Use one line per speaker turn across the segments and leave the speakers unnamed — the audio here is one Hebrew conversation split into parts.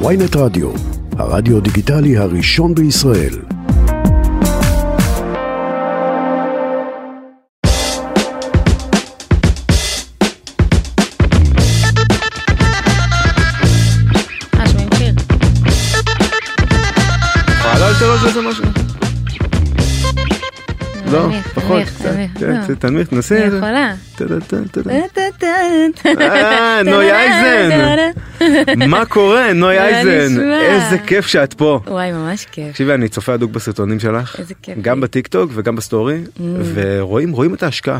ויינט רדיו, הרדיו דיגיטלי הראשון בישראל.
אה, שומעים שיר.
עלה על שלוש איזה משהו? לא,
נניח,
פחות.
נניח,
קצת,
נניח,
כן,
לא.
קצת, תנמיך, תנסי.
אני
איזה-
יכולה.
טה, טה, טה, טה. אה,
אה,
נוי אייזן. מה קורה, נוי
לא
אייזן?
נשמע.
איזה כיף שאת פה.
וואי, ממש כיף.
תקשיבי, אני צופה הדוק בסרטונים שלך.
איזה כיף. Mm.
גם בטיקטוק וגם בסטורי, ורואים רואים את ההשקעה.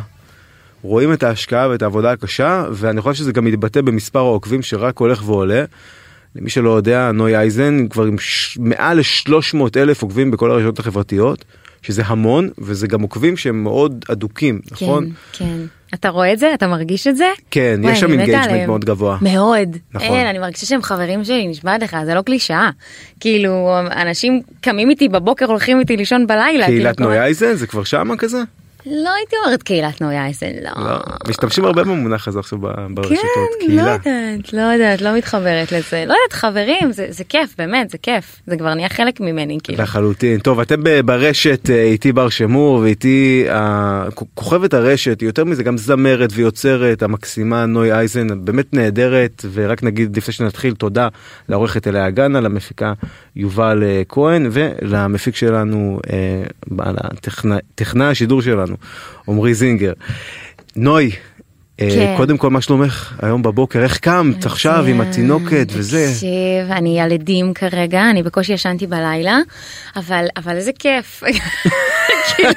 רואים את ההשקעה ואת העבודה הקשה, ואני חושב שזה גם מתבטא במספר העוקבים שרק הולך ועולה. למי שלא יודע, נוי אייזן כבר עם ש... מעל ל-300 אלף עוקבים בכל הרשתות החברתיות, שזה המון, וזה גם עוקבים שהם מאוד אדוקים,
כן,
נכון?
כן. אתה רואה את זה? אתה מרגיש את זה?
כן,
וואי,
יש שם
אני מתה
engagement
עליהם.
מאוד גבוה.
מאוד.
נכון.
אין, אני מרגישה שהם חברים שלי, נשבעת לך, זה לא קלישאה. כאילו, אנשים קמים איתי בבוקר, הולכים איתי לישון בלילה. כאילו,
קהילת
כל-
נוי אייזן זה כבר שמה כזה?
לא הייתי אומרת קהילת נוי אייזן,
לא.
לא.
משתמשים הרבה במונח הזה עכשיו ב- ברשתות,
כן, לא
קהילה.
יודעת, לא יודעת, לא מתחברת לזה. לא יודעת, חברים, זה זה כיף, באמת, זה כיף. זה כבר נהיה חלק ממני, כאילו.
לחלוטין. טוב, אתם ב- ברשת אה, איתי בר שמור ואיתי אה, כ- כוכבת הרשת, היא יותר מזה גם זמרת ויוצרת המקסימה נוי אייזן, באמת נהדרת, ורק נגיד לפני שנתחיל תודה לעורכת אליה גאנה, למפיקה יובל אה, כהן ולמפיק שלנו, אה, בעל הטכנא- טכנאי השידור שלנו, עמרי זינגר. נוי. אה,
כן.
קודם כל מה שלומך היום בבוקר איך קמת עכשיו עם
מצוין.
התינוקת וזה
כן, תקשיב, אני ילדים כרגע, אני בקושי ישנתי בלילה, אבל, אבל איזה כיף. כאילו,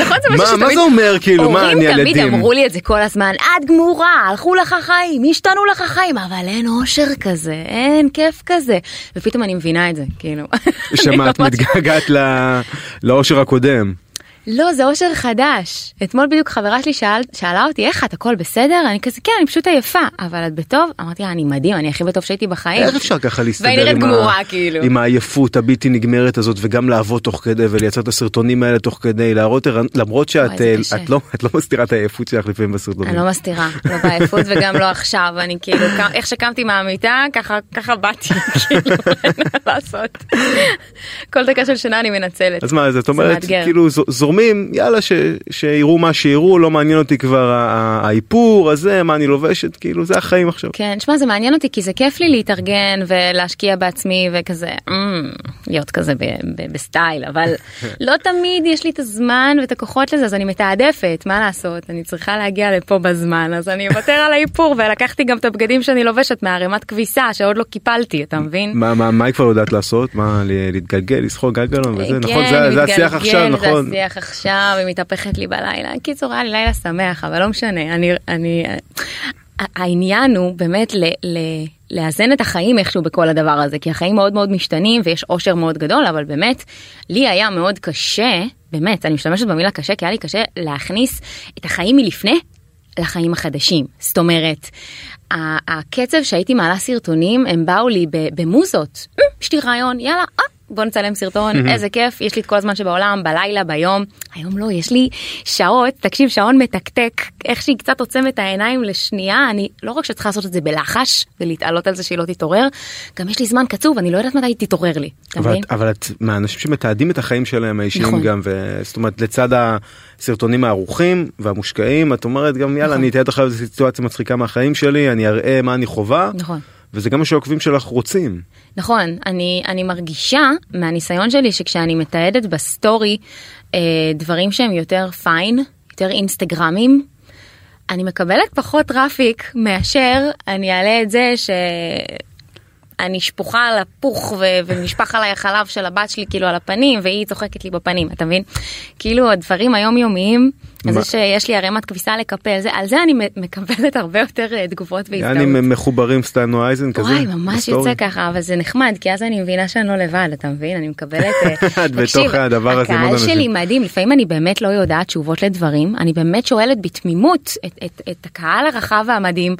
נכון זה משהו
מה-
שתמיד...
מה זה אומר, כאילו, מה, אני
הורים תמיד
ילדים?
אמרו לי את זה כל הזמן, את גמורה, הלכו לך החיים, השתנו לך החיים, אבל אין אושר כזה, אין כיף כזה. ופתאום אני מבינה את זה, כאילו.
שמה
אני
את
ממש-
מתגעגעת ל- לאושר הקודם.
לא, זה אושר חדש. אתמול בדיוק חברה שלי שאל, שאלה אותי, איך את, הכל בסדר? אני כזה, כן, אני פשוט עייפה, אבל את בטוב? אמרתי לה, אני מדהים, אני הכי בטוב שהייתי בחיים.
איך אפשר ככה להסתדר
והיא נראית
עם,
גמורה,
ה...
כאילו.
עם העייפות הבלתי נגמרת הזאת וגם לעבוד תוך כדי ולייצר את הסרטונים האלה תוך כדי להראות ערנ- למרות שאת
זה
אה,
קשה.
את לא, את לא מסתירה את העייפות שלך לפעמים בסרטונים.
אני לא מסתירה, לא בעייפות וגם לא עכשיו, אני כאילו, כ- איך שקמתי מהמיטה, ככה ככה באתי, כאילו, אין מה לעשות. כל דקה של שינה אני מנצלת.
אז מה זאת
זה
אומרת
מאתגר.
כאילו ז- זורמים יאללה ש... שיראו מה שיראו לא מעניין אותי כבר ה- ה- האיפור הזה מה אני לובשת כאילו זה החיים עכשיו.
כן, שמע, זה מעניין אותי, כי זה כיף לי להתארגן ולהשקיע בעצמי וכזה, "אמ, להיות כזה ב- ב- בסטייל, אבל לא תמיד יש לי את הזמן ואת הכוחות לזה, אז אני מתעדפת, מה לעשות? אני צריכה להגיע לפה בזמן, אז אני אוותר על האיפור, ולקחתי גם את הבגדים שאני לובשת מערימת כביסה שעוד לא קיפלתי, אתה מבין?
מה, מה, מה היא כבר יודעת לעשות? מה, ל- להתגלגל, לסחור גלגלון וזה,
כן,
נכון? זה, זה השיח עכשיו,
מתגלגל,
נכון?
זה השיח עכשיו, היא מתהפכת לי בלילה. קיצור, היה לי לילה שמח, אבל לא משנה. אני, אני, העניין הוא באמת ל, ל, לאזן את החיים איכשהו בכל הדבר הזה, כי החיים מאוד מאוד משתנים ויש אושר מאוד גדול, אבל באמת, לי היה מאוד קשה, באמת, אני משתמשת במילה קשה, כי היה לי קשה להכניס את החיים מלפני לחיים החדשים. זאת אומרת, ה- הקצב שהייתי מעלה סרטונים, הם באו לי ב- במוזות. "אה, יש לי רעיון, יאללה, אה, בוא נצלם סרטון, איזה כיף, יש לי את כל הזמן שבעולם, בלילה, ביום. היום לא, יש לי שעות, תקשיב, שעון מתקתק, איך שהיא קצת עוצמת את העיניים לשנייה, אני לא רק שצריכה לעשות את זה בלחש ולהתעלות על זה שהיא לא תתעורר, גם יש לי זמן קצוב, אני לא יודעת מתי היא תתעורר לי, אתה
אבל
מבין?
את, אבל את מהאנשים שמתעדים את החיים שלהם האישיים
נכון.
גם ו- זאת אומרת לצד הסרטונים הערוכים והמושקעים את אומרת גם יאללה
נכון.
אני אתעד עכשיו איזו סיטואציה מצחיקה מהחיים שלי אני אראה מה אני חווה
נכון.
וזה גם מה שהעוקבים שלך רוצים
נכון, אני, אני מרגישה מהניסיון שלי שכשאני מתעדת בסטורי אה, דברים שהם יותר פיין, יותר אינסטגרמים, אני מקבלת פחות טראפיק מאשר אני אעלה את זה ש... אני שפוכה על הפוך ו- ונשפך עליי החלב של הבת שלי כאילו על הפנים והיא צוחקת לי בפנים אתה מבין כאילו הדברים היומיומיים אז
מה?
זה שיש לי ערימת כביסה לקפל זה על זה אני מ- מקבלת הרבה יותר אה, תגובות
אני
והזדהות.
מחוברים סטייל נו אייזן כזה
וואי, ממש
בסטורי.
יוצא ככה, אבל זה נחמד, כי אז אני מבינה שאני לא לבד, אתה מבין? אני מקבלת... אה,
את בתוך
תקשיב,
הדבר הזה עם עוד
הקהל
אנשים.
שלי מדהים, לפעמים אני באמת לא יודעת תשובות לדברים, אני באמת שואלת בתמימות את- את- את הקהל הרחב והמדהים.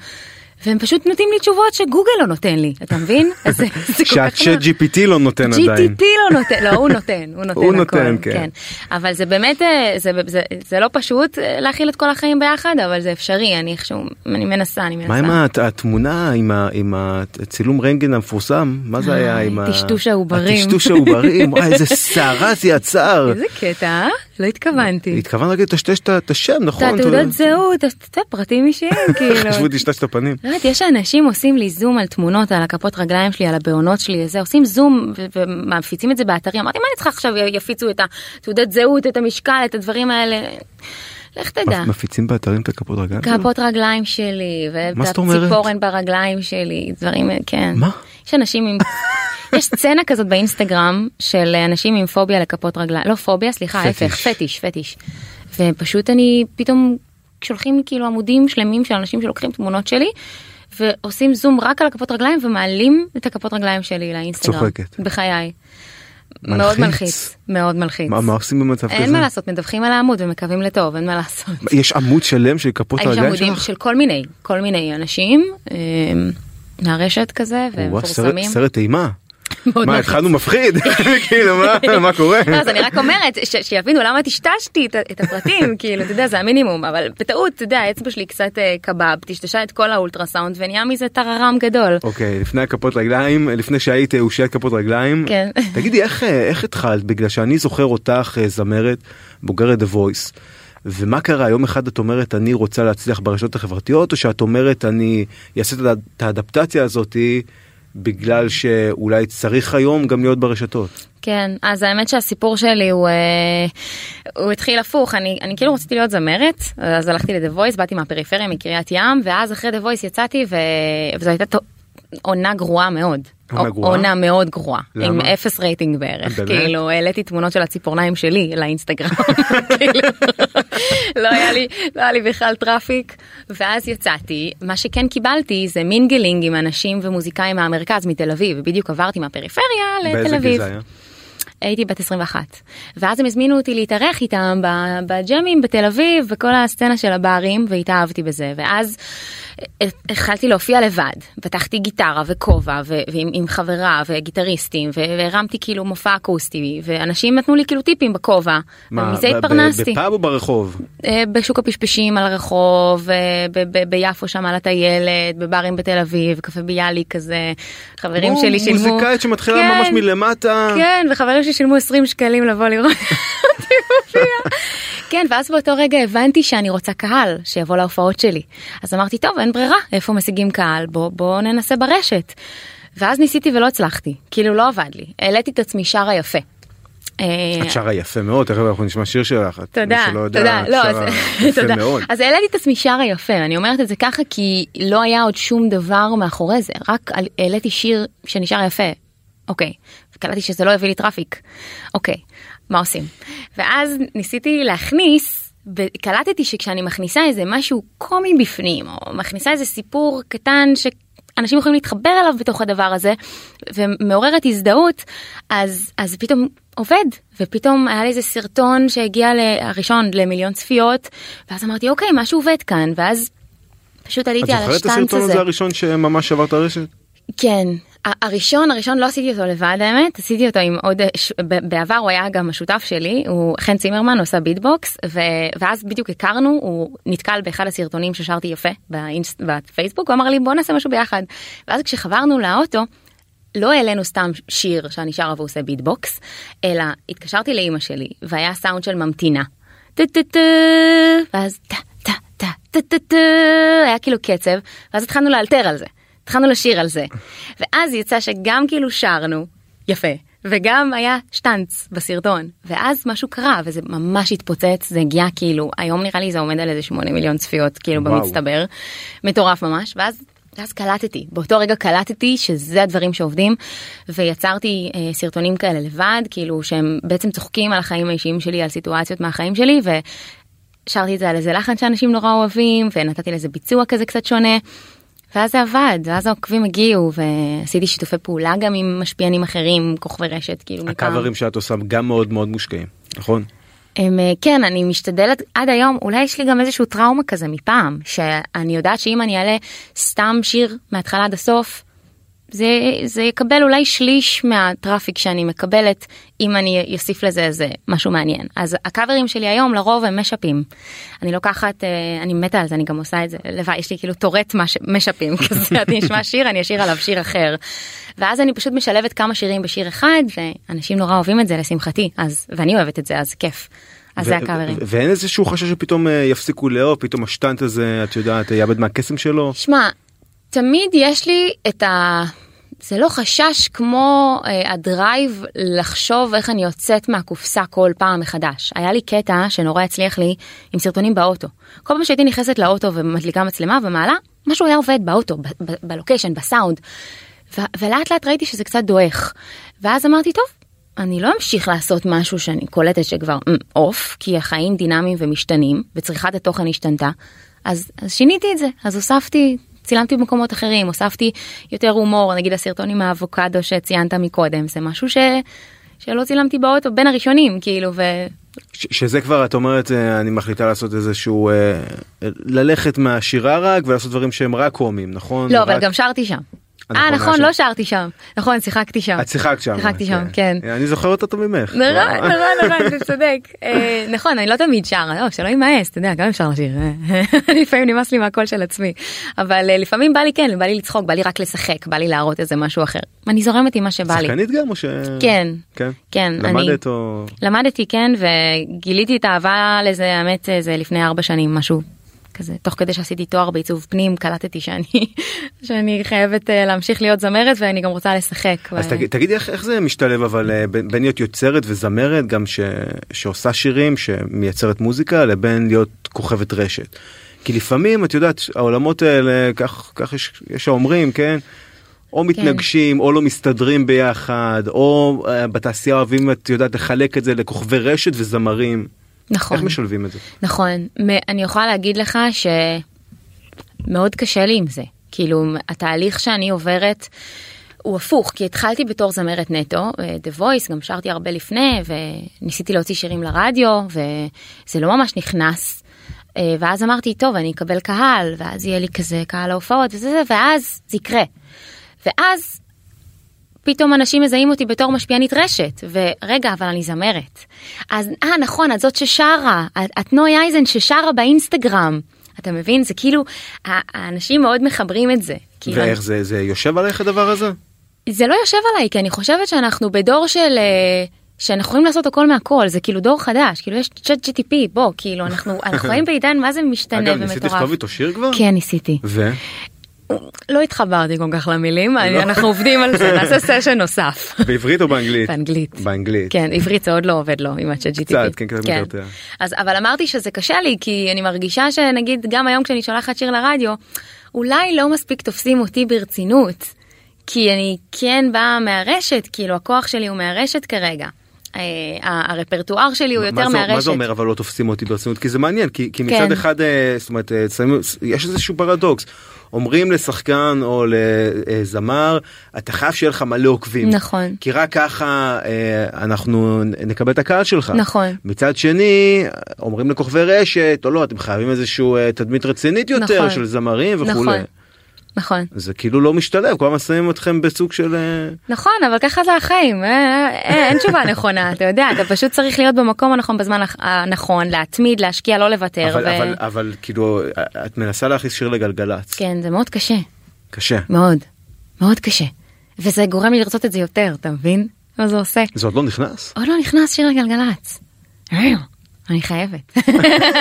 והם פשוט נותנים לי תשובות שגוגל לא נותן לי, אתה מבין? אז זה- זה כל כך
שהצ'אט
נוח.
GPT לא נותן עדיין.
GTP לא נותן, לא, הוא נותן, הוא נותן
הוא
הכל,
נותן, כן.
אבל זה באמת, אה, זה, זה, זה לא פשוט אה, להכיל את כל החיים ביחד, אבל זה אפשרי, אני איכשהו, אני מנסה, אני מנסה.
מה עם הת- התמונה עם ה- עם הצילום רנטגן המפורסם? מה זה היה
אה,
עם ה...
טשטוש העוברים.
הטשטוש העוברים, וואי איזה סערה זה יצר.
איזה קטע, אה? לא התכוונתי.
התכוונת רק לטשטש את ה- את השם,
את
נכון?
התעודות זהות, אז אתה יודע, פרטים אישיים, כאילו.
חשבו טשטש את הפנים.
לא יודעת, יש אנשים עושים לי זום על תמונות, על הכפות רגליים שלי, על הבעונות שלי, זה, עושים זום ו- ומפיצים את זה באתרים. אמרתי, מה אני צריכה עכשיו יפיצו את התעודת זהות, את המשקל, את הדברים האלה? לך תדע.
מפ- מפיצים באתרים את הכפות רגליים?
כפות רגליים שלי, ואת
מה זאת אומרת?
הציפורן ברגליים שלי, דברים, כן.
מה?
יש אנשים עם... יש סצנה כזאת באינסטגרם של אנשים עם פוביה לכפות רגליים, לא פוביה, סליחה,
פטיש.
ההפך, פטיש, פטיש. ופשוט אני פתאום, שולחים לי כאילו עמודים שלמים של אנשים שלוקחים תמונות שלי. ועושים זום רק על הכפות רגליים ומעלים את הכפות רגליים שלי לאינסטגרם.
צוחקת.
בחיי.
מלחיץ.
מאוד מלחיץ. מאוד מלחיץ.
מה מה עושים במצב כזה?
אין מה לעשות, מדווחים על העמוד ומקווים לטוב, אין מה לעשות.
יש עמוד שלם של כפות
יש
הרגליים
עמודים
שלך?
של כל מיני, כל מיני אנשים אה, מהרשת כזה, והם
וואו, סרט-
מפורסמים. לא
סרט אימה.
מאוד
מה,
מלחיץ.
התחלנו מפחיד? כאילו, מה- מה קורה?
לא, אז אני רק אומרת, ש- שיבינו למה טשטשתי את ה- את הפרטים, כאילו, אתה יודע, זה המינימום, אבל בטעות, אתה יודע, האצבע שלי קצת אה, קבב, טשטשה את כל האולטרסאונד ונהיה מזה טררם גדול.
אוקיי, לפני הכפות רגליים, לפני שהיית אושיית כפות רגליים,
כן.
תגידי איך, אה, איך התחלת? בגלל שאני זוכר אותך אה, זמרת, בוגרת דה וויס, ומה קרה? יום אחד את אומרת אני רוצה להצליח ברשתות החברתיות, או שאת אומרת אני אעשה את הד- את האדפטציה הזאתי בגלל שאולי צריך היום גם להיות ברשתות.
כן, אז האמת שהסיפור שלי הוא, אה, הוא התחיל הפוך, אני, אני כאילו רציתי להיות זמרת, אז הלכתי לדה וויס, באתי מהפריפריה, מקריית ים, ואז אחרי דה וויס יצאתי, ו... וזו הייתה ת... עונה גרועה מאוד.
עונה
או-
גרועה?
עונה מאוד גרועה,
למה?
עם אפס רייטינג בערך,
באמת?
כאילו העליתי תמונות של הציפורניים שלי לאינסטגרם, כאילו, לא היה לי, לא היה לי בכלל טראפיק, ואז יצאתי, מה שכן קיבלתי זה מינגלינג עם אנשים ומוזיקאים מהמרכז מתל אביב, בדיוק עברתי מהפריפריה לתל
באיזה אה?
אביב.
גיל זה היה?
הייתי בת 21. ואז הם הזמינו אותי להתארח איתם ב- בג'מים בתל אביב, בכל הסצנה של הברים, והתאהבתי בזה. ואז אה, התחלתי להופיע לבד. פתחתי גיטרה וכובע, ו- ועם עם חברה וגיטריסטים, ו- והרמתי כאילו מופע אקוסטי, ואנשים נתנו לי כאילו טיפים בכובע.
מה,
ומזה
ב- ב-
התפרנסתי.
בפאב או ברחוב?
אה, בשוק הפשפשים על הרחוב, אה, ב- ב- ביפו שם על הטיילת, בברים בתל אביב, קפה ביאליק כזה. חברים
כמו
שלי שילמו...
מוזיקאית שמתחילה
כן.
ממש מלמטה.
כן, וחברים ששילמו 20 שקלים לבוא לראות אותי מופיעה. כן, ואז באותו רגע הבנתי שאני רוצה קהל שיבוא להופעות שלי. אז אמרתי, טוב, אין ברירה, איפה משיגים קהל? בוא, בוא ננסה ברשת. ואז ניסיתי ולא הצלחתי, כאילו לא עבד לי. העליתי את עצמי שרה יפה. אה,
את שרה יפה מאוד, תכף אנחנו נשמע שיר שלך. את-
תודה,
מי שלא יודע,
תודה,
את
לא,
שרה
אז-
יפה
תודה.
מאוד.
אז העליתי את עצמי שרה יפה, אני אומרת את זה ככה כי לא היה עוד שום דבר מאחורי זה, רק על- העליתי שיר שנשאר יפה, אוקיי, וקלטתי שזה לא הביא לי טראפיק, אוקיי, מה עושים? ואז ניסיתי להכניס, וקלטתי שכשאני מכניסה איזה משהו קומי בפנים, או מכניסה איזה סיפור קטן ש... אנשים יכולים להתחבר אליו בתוך הדבר הזה ומעוררת הזדהות אז אז פתאום עובד ופתאום היה לי איזה סרטון שהגיע ל- הראשון למיליון צפיות ואז אמרתי אוקיי משהו עובד כאן ואז פשוט
את
עליתי על
זוכרת את
השטנץ
הסרטון הזה
הזה.
הראשון שממש עבר את הרשת?
כן. ה- הראשון הראשון לא עשיתי אותו לבד האמת עשיתי אותו עם עוד אה, ש... ב- בעבר הוא היה גם השותף שלי הוא חן צימרמן הוא עושה ביטבוקס ו... ואז בדיוק הכרנו הוא נתקל באחד הסרטונים ששרתי יפה באינס... בפייסבוק הוא אמר לי בוא נעשה משהו ביחד ואז כשחברנו לאוטו. לא העלינו סתם שיר שאני שרה ועושה ביטבוקס אלא התקשרתי לאימא שלי והיה סאונד של ממתינה. טה-טה-טה, ואז טה טה טה טה טה טה היה כאילו קצב ואז התחלנו לאלתר על זה התחלנו לשיר על זה ואז יצא שגם כאילו שרנו יפה וגם היה שטנץ בסרטון ואז משהו קרה וזה ממש התפוצץ זה הגיע כאילו היום נראה לי זה עומד על איזה 8 מיליון צפיות כאילו
וואו.
במצטבר מטורף ממש ואז. ואז קלטתי, באותו רגע קלטתי שזה הדברים שעובדים ויצרתי אה, סרטונים כאלה לבד, כאילו שהם בעצם צוחקים על החיים האישיים שלי, על סיטואציות מהחיים שלי ו... שרתי את זה על איזה לחן שאנשים נורא אוהבים ונתתי לזה ביצוע כזה קצת שונה. ואז זה עבד ואז העוקבים הגיעו ועשיתי שיתופי פעולה גם עם משפיענים אחרים כוכבי רשת כאילו
הקאברים שאת עושה גם מאוד מאוד מושקעים, נכון?
הם, אה, כן, אני משתדלת עד היום, אולי יש לי גם איזשהו טראומה כזה מפעם, שאני יודעת שאם אני אעלה סתם שיר מההתחלה עד הסוף, זה, זה יקבל אולי שליש מהטראפיק שאני מקבלת, אם אני אוסיף לזה איזה משהו מעניין. אז הקאברים שלי היום לרוב הם משאפים. אני לוקחת, אה, אני מתה על זה, אני גם עושה את זה לבד, יש לי כאילו טורט מש- משאפים כזה, אני אשמע שיר, אני אשאיר עליו שיר אחר. ואז אני פשוט משלבת כמה שירים בשיר אחד, ואנשים נורא אוהבים את זה לשמחתי, אז, ואני אוהבת את זה, אז כיף. אז
ו-
אה, זה הקאברים.
ו- ואין איזשהו חשש שפתאום אה, יפסיקו לאהוב, פתאום השטנט הזה, את יודעת, יאבד מהקסם שלו.
שמע, תמיד יש לי את ה... זה לא חשש כמו אה, הדרייב לחשוב איך אני יוצאת מהקופסה כל פעם מחדש. היה לי קטע שנורא הצליח לי עם סרטונים באוטו. כל פעם שהייתי נכנסת לאוטו ומדליקה מצלמה ומעלה, משהו היה עובד באוטו, ב- ב- בלוקיישן, בסאונד. ו- ולאט לאט ראיתי שזה קצת דועך. ואז אמרתי, טוב, אני לא אמשיך לעשות משהו שאני קולטת שכבר "מ, עוף, כי החיים דינמיים ומשתנים, וצריכת התוכן השתנתה, אז, אז שיניתי את זה, אז הוספתי, צילמתי במקומות אחרים, הוספתי יותר הומור, נגיד הסרטון עם האבוקדו שציינת מקודם, זה משהו ש, שלא צילמתי באוטו, בין הראשונים, כאילו, ו...
ש- שזה כבר את אומרת אה, אני מחליטה לעשות איזשהו אה, ללכת מהשירה רק ולעשות דברים שהם רק קומיים נכון?
לא, אבל
רק-
גם שרתי שם.
נכון,
אה, נכון,
היה
לא
שם.
שרתי שם. נכון, שיחקתי שם.
את שיחקת שם. אה, אוקיי.
שיחקתי שם, כן.
אני זוכר אותו טוב ממך.
נורא, נורא, נורא, אתה צודק. אה, נכון, אני לא תמיד שרה, לא, שלא יימאס, אתה יודע, גם אפשר לשיר. אה. לפעמים נמאס לי מהקול של עצמי. אבל אה, לפעמים בא לי כן, בא לי לצחוק, בא לי רק לשחק, בא לי להראות איזה משהו אחר. אני זורמת עם מה שבא לי.
שחקנית גם או ש...
כן.
כן.
כן,
למדת או...
למדתי, כן, וגיליתי את האהבה לזה, האמת, אה, זה לפני ארבע שנים, משהו כזה. תוך כדי שעשיתי תואר בעיצוב פנים, קלטתי שאני שאני חייבת אה, להמשיך להיות זמרת, ואני גם רוצה לשחק.
אז
ו-
תגיד- תגידי איך איך זה משתלב אבל אה, בין בין להיות יוצרת וזמרת גם ש- שעושה שירים שמייצרת מוזיקה לבין להיות כוכבת רשת. כי לפעמים את יודעת העולמות האלה כך כך יש- יש האומרים כן. או מתנגשים או לא מסתדרים ביחד או אה, בתעשייה אוהבים את יודעת לחלק את זה לכוכבי רשת וזמרים.
נכון.
איך משלבים את זה?
נכון, מ- אני יכולה להגיד לך שמאוד קשה לי עם זה. כאילו, התהליך שאני עוברת הוא הפוך, כי התחלתי בתור זמרת נטו, אה, The Voice, גם שרתי הרבה לפני, וניסיתי להוציא שירים לרדיו, וזה לא ממש נכנס. אה, ואז אמרתי, טוב, אני אקבל קהל, ואז יהיה לי כזה קהל ההופעות, וזה זה, ואז זה יקרה. ואז פתאום אנשים מזהים אותי בתור משפיענית רשת, ורגע, אבל אני זמרת. אז, אה, נכון, את זאת ששרה, את, את נוי אייזן ששרה באינסטגרם. אתה מבין? זה כאילו, ה- האנשים מאוד מחברים את זה. כאילו,
ואיך זה זה יושב עלייך הדבר הזה?
זה לא יושב עליי, כי אני חושבת שאנחנו בדור של... אה, שאנחנו יכולים לעשות הכל מהכל, זה כאילו דור חדש, כאילו יש צ'אט GTP, בוא, כאילו, אנחנו, אנחנו חיים בעידן מה זה משתנה
אגב
ומטורף.
ניסית לכתוב איתו שיר כבר?
כן, ניסיתי.
ו?
לא התחברתי כל כך למילים, אני-
לא.
אנחנו עובדים על זה, נעשה סשן נוסף.
בעברית או באנגלית?
באנגלית.
באנגלית.
כן, עברית זה עוד לא עובד לו עם ה-chat
קצת, כן, קצת מקרטע.
אז אבל אמרתי שזה קשה לי, כי אני מרגישה שנגיד גם היום כשאני שולחת שיר לרדיו, אולי לא מספיק תופסים אותי ברצינות, כי אני כן באה מהרשת, כאילו הכוח שלי הוא מהרשת כרגע. אה, ה- הרפרטואר שלי הוא
מה
יותר
זה-
מהרשת.
מה זה אומר אבל לא תופסים אותי ברצינות כי זה מעניין כי, כי מצד
כן.
אחד אה, זאת אומרת אה, שמים- יש איזשהו פרדוקס. אומרים לשחקן או לזמר אתה חייב שיהיה לך מלא עוקבים
נכון.
כי רק ככה אה, אנחנו נ- נקבל את הקהל שלך
נכון.
מצד שני אומרים לכוכבי רשת או לא אתם חייבים איזשהו אה, תדמית רצינית יותר
נכון.
של זמרים וכולי
נכון. נכון.
זה כאילו לא משתלב כל הזמן שמים אתכם בסוג של אה,
נכון, אבל ככה זה החיים, אה, אה, אה, אין תשובה נכונה, אתה יודע, אתה פשוט צריך להיות במקום הנכון בזמן הנכ- אה, הנכון, להתמיד, להשקיע, לא לוותר.
אבל,
ו-
אבל אבל כאילו אה, את מנסה להכניס שיר לגלגלצ
כן, זה מאוד קשה.
קשה
מאוד, מאוד קשה. וזה גורם לי לרצות את זה יותר, אתה מבין? מה זה עושה?
זה עוד לא נכנס.
עוד לא נכנס שיר לגלגלצ. אה, אני חייבת.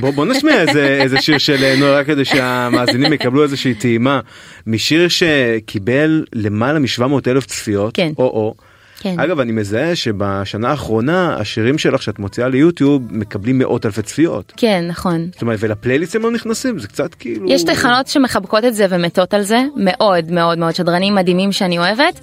בוא, בוא נשמיע איזה, איזה שיר של אה, נועה רק כדי שהמאזינים יקבלו איזושהי טעימה משיר שקיבל למעלה מ-700 אלף צפיות.
כן.
או או.
כן.
אגב אני מזהה שבשנה האחרונה השירים שלך שאת מוציאה ליוטיוב מקבלים מאות אלפי צפיות.
כן, נכון.
זאת אומרת ולפלייליסט הם לא נכנסים זה קצת כאילו
יש תחנות שמחבקות את זה ומתות על זה, מאוד מאוד מאוד שדרנים מדהימים שאני אוהבת,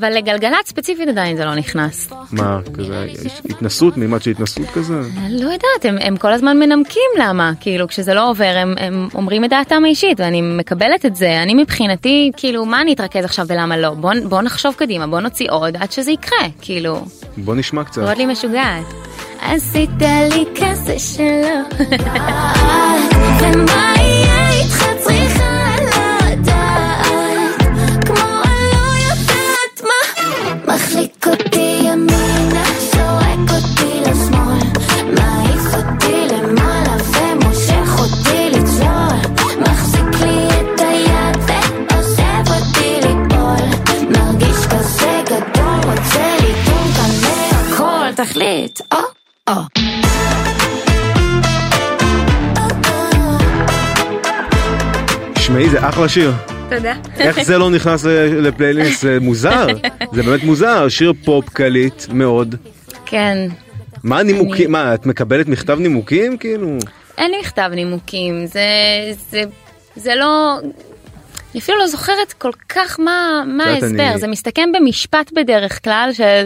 אבל לגלגלצ ספציפית עדיין זה לא נכנס.
מה כזה יש התנסות מימד של התנסות כזה
אני לא יודעת, הם, הם כל הזמן מנמקים למה, כאילו כשזה לא עובר הם, הם אומרים את דעתם האישית ואני מקבלת את זה, אני מבחינתי, כאילו מה אני אתרכז עכשיו ולמה לא, בוא, בוא נחשוב קדימה, בוא נוציא עוד עד שזה יקרה, כאילו,
בוא נשמע קצת.
מאוד לי משוגעת.
עשית לי כזה שלא. ומה יהיה איתך צריכה לדעת, כמו הלא יודעת מה. מחליק אותי ימינה, שורק אותי לשמאל, מעיף אותי למעלה ומושך אותי לצלול, מחזיק לי את היד ועוזב אותי ליפול, מרגיש כזה גדול, רוצה ליטום כאן מהכל, תחליט, או, או.
שמעי, זה אחלה שיר.
תודה.
איך זה לא נכנס ל- לפלייליסט? זה מוזר. זה באמת מוזר, שיר פופ קליט מאוד.
כן.
מה הנימוקים? מה, את מקבלת מכתב נימוקים? כאילו...
אין לי מכתב נימוקים, זה, זה, זה לא... אני אפילו לא זוכרת כל כך מה, מה
יודעת,
ההסבר,
אני-
זה מסתכם במשפט בדרך כלל של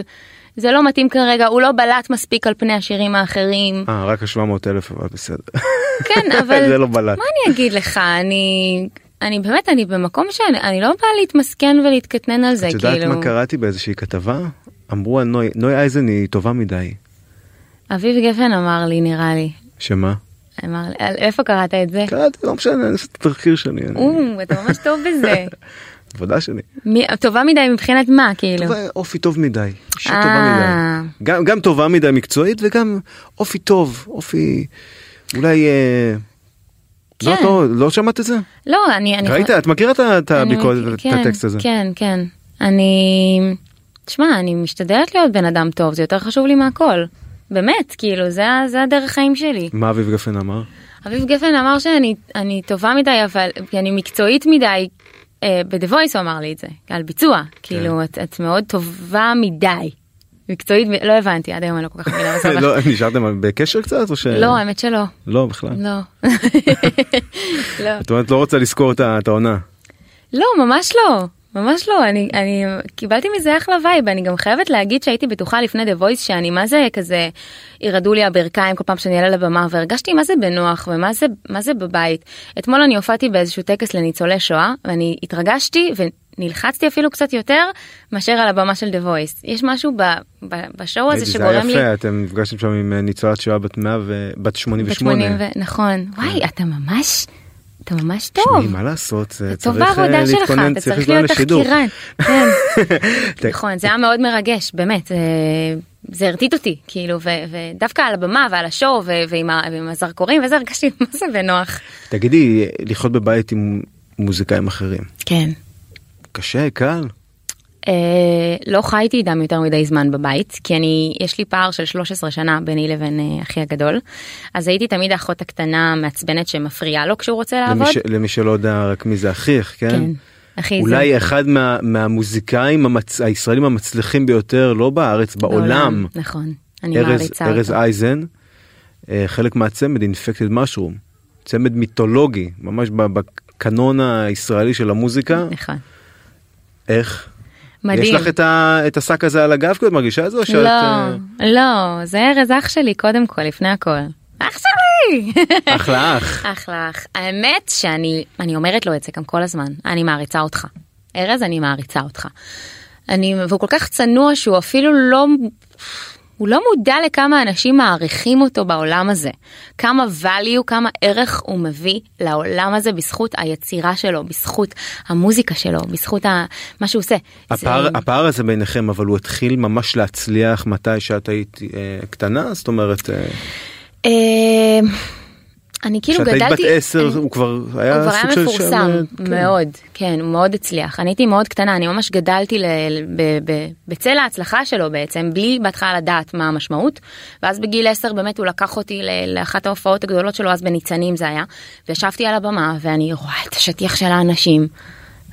זה לא מתאים כרגע, הוא לא בלט מספיק על פני השירים האחרים.
אה, רק ה-700 אלף, אבל בסדר.
כן, אבל...
זה לא בלט.
מה אני אגיד לך, אני... אני באמת, אני במקום שאני אני לא באה להתמסכן ולהתקטנן על זה,
את
כאילו.
יודעת מה קראתי באיזושהי כתבה? אמרו על נוי, נוי אייזן היא טובה מדי.
אביב גפן אמר לי, נראה לי.
שמה?
אמר לי, "על- איפה קראת את זה?
קראתי, לא משנה, אני עושה את התחקיר שלי. אני-
או, אתה ממש טוב בזה.
עבודה שלי.
מי- טובה מדי מבחינת מה, כאילו?
טובה, אופי טוב מדי. אישה
אה.
טובה מדי. גם- גם טובה מדי מקצועית וגם אופי טוב, אופי... אולי... אה, לא,
כן.
לא, לא שמעת את זה?
לא, אני... אני-
ראית? את מכירה את ה- את
אני-
הביקורת, את
כן,
הטקסט הזה?
כן, כן. אני... תשמע, אני משתדלת להיות בן אדם טוב, זה יותר חשוב לי מהכל. באמת, כאילו, זה ה- זה הדרך חיים שלי.
מה אביב גפן אמר?
אביב גפן אמר שאני אני טובה מדי, אבל כי אני מקצועית מדי. אה, ב-The Voice הוא אמר לי את זה, על ביצוע.
כן.
כאילו, את, את מאוד טובה מדי. מקצועית, מ- לא הבנתי, עד היום אני לא כל כך מבינה מה זה אומר.
לא, אה. נשארתם בקשר קצת או ש...
לא, האמת שלא.
לא, בכלל.
לא. לא.
את אומרת, לא רוצה לזכור את ה- את העונה.
לא, ממש לא. ממש לא, אני, אני קיבלתי מזה אחלה וייב, אני גם חייבת להגיד שהייתי בטוחה לפני The Voice שאני מה זה כזה, ירעדו לי הברכיים כל פעם שאני אעלה לבמה והרגשתי מה זה בנוח ומה זה, מה זה בבית. אתמול אני הופעתי באיזשהו טקס לניצולי שואה ואני התרגשתי ונלחצתי אפילו קצת יותר מאשר על הבמה של The Voice. יש משהו ב, ב, בשואו הזה
ראיתי, זה היה
שגורם לא, לי...
יפה, אתם נפגשתם שם עם אה, ניצולת שואה בת 100 ובת
בת
88.
80 ו- נכון, וואי, אתה ממש, אתה ממש טוב.
כן. שמעי, מה לעשות,
טוב
זה צריך אה,
בעבודה שלך,
להתכונן,
אתה
צריך
צריך
להתכונן
להיות
לשידור.
תחקירן. כן.
ת-
נכון, זה היה מאוד מרגש, באמת. אה, זה הרטיט אותי, כאילו, ו- ודווקא על הבמה ועל השואו ו- ועם ה- ועם הזרקורים וזה, הרגשתי מה זה בנוח.
תגידי, לחיות בבית עם מוזיקאים אחרים,
כן.
קשה, קל?
אה, לא חייתי איתם יותר מדי זמן בבית כי אני יש לי פער של 13 שנה ביני לבין אה, אחי הגדול אז הייתי תמיד האחות הקטנה מעצבנת שמפריעה לו כשהוא רוצה
למי
לעבוד.
ש- למי שלא יודע רק מי זה אחיך, כן?
כן. אחי
אולי אחד מה- מהמוזיקאים המצ- הישראלים המצליחים ביותר, לא בארץ, בעולם,
נכון. אני
ארז-
מעריצה
ארז
אותו.
אייזן, אה, חלק מהצמד אינפקטד משרום, צמד מיתולוגי, ממש ב- בקנון הישראלי של המוזיקה,
נכון.
איך?
מדהים.
יש לך את, ה, את השק הזה על הגב כי את מרגישה את זה או שאת...
לא, לא, זה ארז אח שלי קודם כל, לפני הכל. אח שלי!
אה, אחלה אח.
אחלה אח. האמת שאני, אני אומרת לו את זה גם כל הזמן, אני מעריצה אותך. ארז, אני מעריצה אותך. אני, והוא כל כך צנוע שהוא אפילו לא, הוא לא מודע לכמה אנשים מעריכים אותו בעולם הזה. כמה value, כמה ערך הוא מביא לעולם הזה בזכות היצירה שלו, בזכות המוזיקה שלו, בזכות ה, מה שהוא עושה.
הפער,
זה-
הפער הזה ביניכם אבל הוא התחיל ממש להצליח מתי שאת היית אה, קטנה זאת אומרת אה,
אה, אני כאילו
כשאת
גדלתי,
היית בת עשר
אני-
הוא כבר
הוא
היה
כבר היה
סוג של...
מפורסם
של- כן.
מאוד, כן, הוא מאוד הצליח. אני הייתי מאוד קטנה, אני ממש גדלתי ל- ל- ב- ב- בצל ההצלחה שלו בעצם, בלי בהתחלה לדעת מה המשמעות. ואז בגיל 10 באמת הוא לקח אותי ל- לאחת ההופעות הגדולות שלו, אז בניצנים זה היה. וישבתי על הבמה ואני רואה את השטיח של האנשים,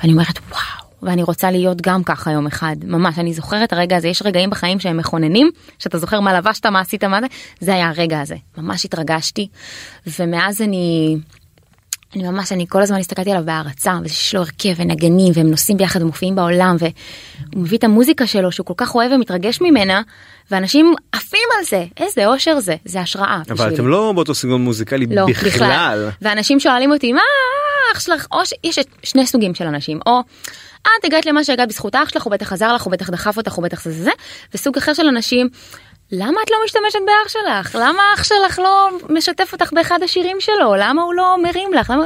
ואני אומרת וואו. ואני רוצה להיות גם ככה יום אחד, ממש, אני זוכרת את הרגע הזה, יש רגעים בחיים שהם מכוננים, שאתה זוכר מה לבשת, מה עשית, מה זה, זה היה הרגע הזה, ממש התרגשתי, ומאז אני, אני ממש, אני כל הזמן הסתכלתי עליו בהערצה, ויש לו הרכב ונגנים, והם נוסעים ביחד ומופיעים בעולם, והוא מביא את המוזיקה שלו שהוא כל כך אוהב ומתרגש ממנה, ואנשים עפים על זה, איזה אושר זה, זה השראה.
אבל
בשבילי.
אתם לא באותו סגנון מוזיקלי
לא,
בכלל.
ואנשים שואלים אותי, מה אח שלך, או ש... יש את שני סוגים של אנשים, או את הגעת למה שהגעת בזכות האח שלך, הוא בטח עזר לך, הוא בטח דחף אותך, הוא בטח זה זה זה, וסוג אחר של אנשים, למה את לא משתמשת באח שלך? למה אח שלך לא משתף אותך באחד השירים שלו? למה הוא לא מרים לך? למה...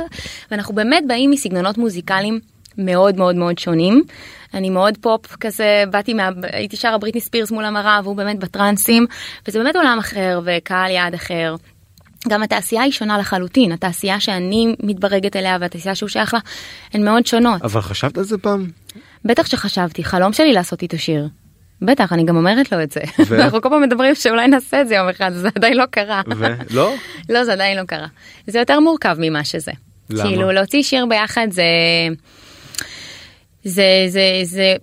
ואנחנו באמת באים מסגנונות מוזיקליים מאוד מאוד מאוד שונים. אני מאוד פופ כזה, באתי מה... הייתי שרה בריטני ספירס מול המראה והוא באמת בטרנסים, וזה באמת עולם אחר וקהל יעד אחר. גם התעשייה היא שונה לחלוטין, התעשייה שאני מתברגת אליה והתעשייה שהוא שייך לה, הן מאוד שונות.
אבל חשבת על זה פעם?
בטח שחשבתי, חלום שלי לעשות איתו שיר. בטח, אני גם אומרת לו את זה.
ו?
אנחנו כל פעם מדברים שאולי נעשה את זה יום אחד, זה עדיין לא קרה.
ולא?
לא, זה עדיין לא קרה. זה יותר מורכב ממה שזה.
למה?
כאילו, להוציא שיר ביחד זה... זה, זה, זה...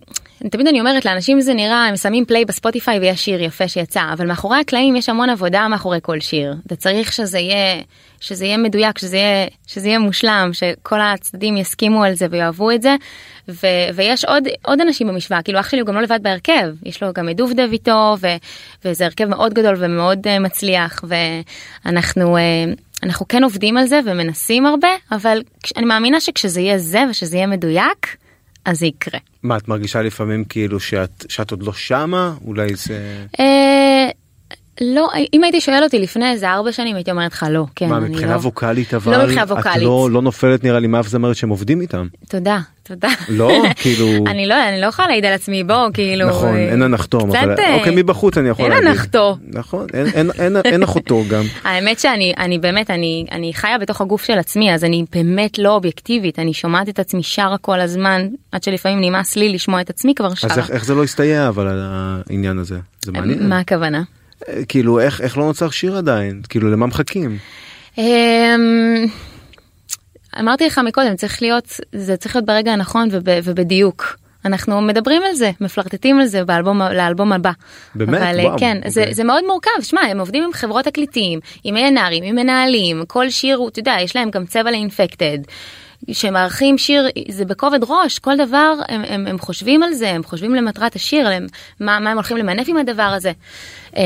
תמיד אני אומרת לאנשים זה נראה, הם שמים פליי בספוטיפיי ויש שיר יפה שיצא, אבל מאחורי הקלעים יש המון עבודה מאחורי כל שיר. אתה צריך שזה יהיה, שזה יהיה מדויק, שזה יהיה, שזה יהיה מושלם, שכל הצדדים יסכימו על זה ויאהבו את זה. ו, ויש עוד, עוד אנשים במשוואה, כאילו אח שלי הוא גם לא לבד בהרכב, יש לו גם את דובדב איתו, ו, וזה הרכב מאוד גדול ומאוד אה, מצליח, ואנחנו... אה, אנחנו כן עובדים על זה ומנסים הרבה, אבל כש- אני מאמינה שכשזה יהיה זה ושזה יהיה מדויק, אז זה יקרה.
מה את מרגישה לפעמים כאילו שאת שאת עוד לא שמה אולי זה
אה, לא, אם הייתי שואל אותי לפני איזה ארבע שנים, הייתי אומרת לך לא, כן,
מה
אני
מבחינה
לא...
ווקאלית אבל
לא מבחינה
את
ווקאלית.
לא לא נופלת נראה לי מאף זמרת שהם עובדים איתם
תודה, תודה.
לא כאילו
אני לא, אני לא יכולה להעיד על עצמי, בוא, כאילו...
נכון
אה,
אין הנחתום
קצת,
אבל
אה,
אוקיי מבחוץ אני יכול
אין
להגיד
הנחתו.
נכון אין- אין- אין- אין אחותו גם
האמת שאני אני באמת אני אני חיה בתוך הגוף של עצמי אז אני באמת לא אובייקטיבית אני שומעת את עצמי שרה כל הזמן עד שלפעמים נמאס לי לשמוע את עצמי כבר שרה.
אז איך- איך זה לא הסתייע אבל אה, העניין הזה זה מעניין
מה הכוונה?
אה, כאילו איך איך לא נוצר שיר עדיין כאילו למה מחכים
אמ, אמרתי לך מקודם צריך להיות זה צריך להיות ברגע הנכון וב, ובדיוק אנחנו מדברים על זה מפלרטטים על זה באלבום לאלבום הבא.
באמת?
אבל,
וואו,
כן זה,
אוקיי.
זה מאוד מורכב שמע הם עובדים עם חברות תקליטים עם ANRים עם מנהלים כל שיר הוא אתה יודע יש להם גם צבע לאינפקטד. שמארחים שיר זה בכובד ראש כל דבר הם, הם, הם חושבים על זה הם חושבים למטרת השיר הם, מה, מה הם הולכים למנף עם הדבר הזה. אה,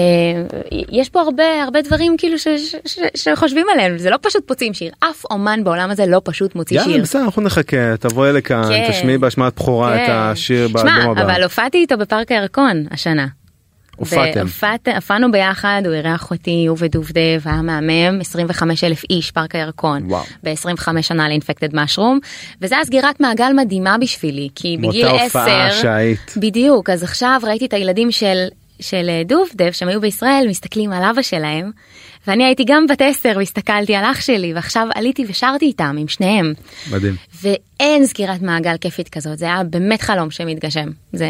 יש פה הרבה הרבה דברים כאילו ש, ש, ש, שחושבים עליהם זה לא פשוט מוצאים שיר אף אומן בעולם הזה לא פשוט מוציא
יאללה
שיר.
בסדר אנחנו נחכה תבואי לכאן
כן.
תשמעי בהשמעת בכורה את
כן.
השיר
שמע,
באלבום הבא.
אבל הופעתי איתו בפארק הירקון השנה.
הופעתם.
והופעת- הופענו ביחד, הוא אירח אותי, הוא ודובדב, היה מהמם, 25 אלף איש, פארק הירקון.
וואו.
ב-25 שנה לאינפקטד משרום, וזה היה סגירת מעגל מדהימה בשבילי, כי
מאותה
בגיל 10...
הופעה שהיית.
בדיוק, אז עכשיו ראיתי את הילדים של... של אה, דובדב שהם היו בישראל מסתכלים על אבא שלהם ואני הייתי גם בת עשר והסתכלתי על אח שלי ועכשיו עליתי ושרתי איתם עם שניהם
מדהים.
ואין סגירת מעגל כיפית כזאת זה היה באמת חלום שמתגשם זה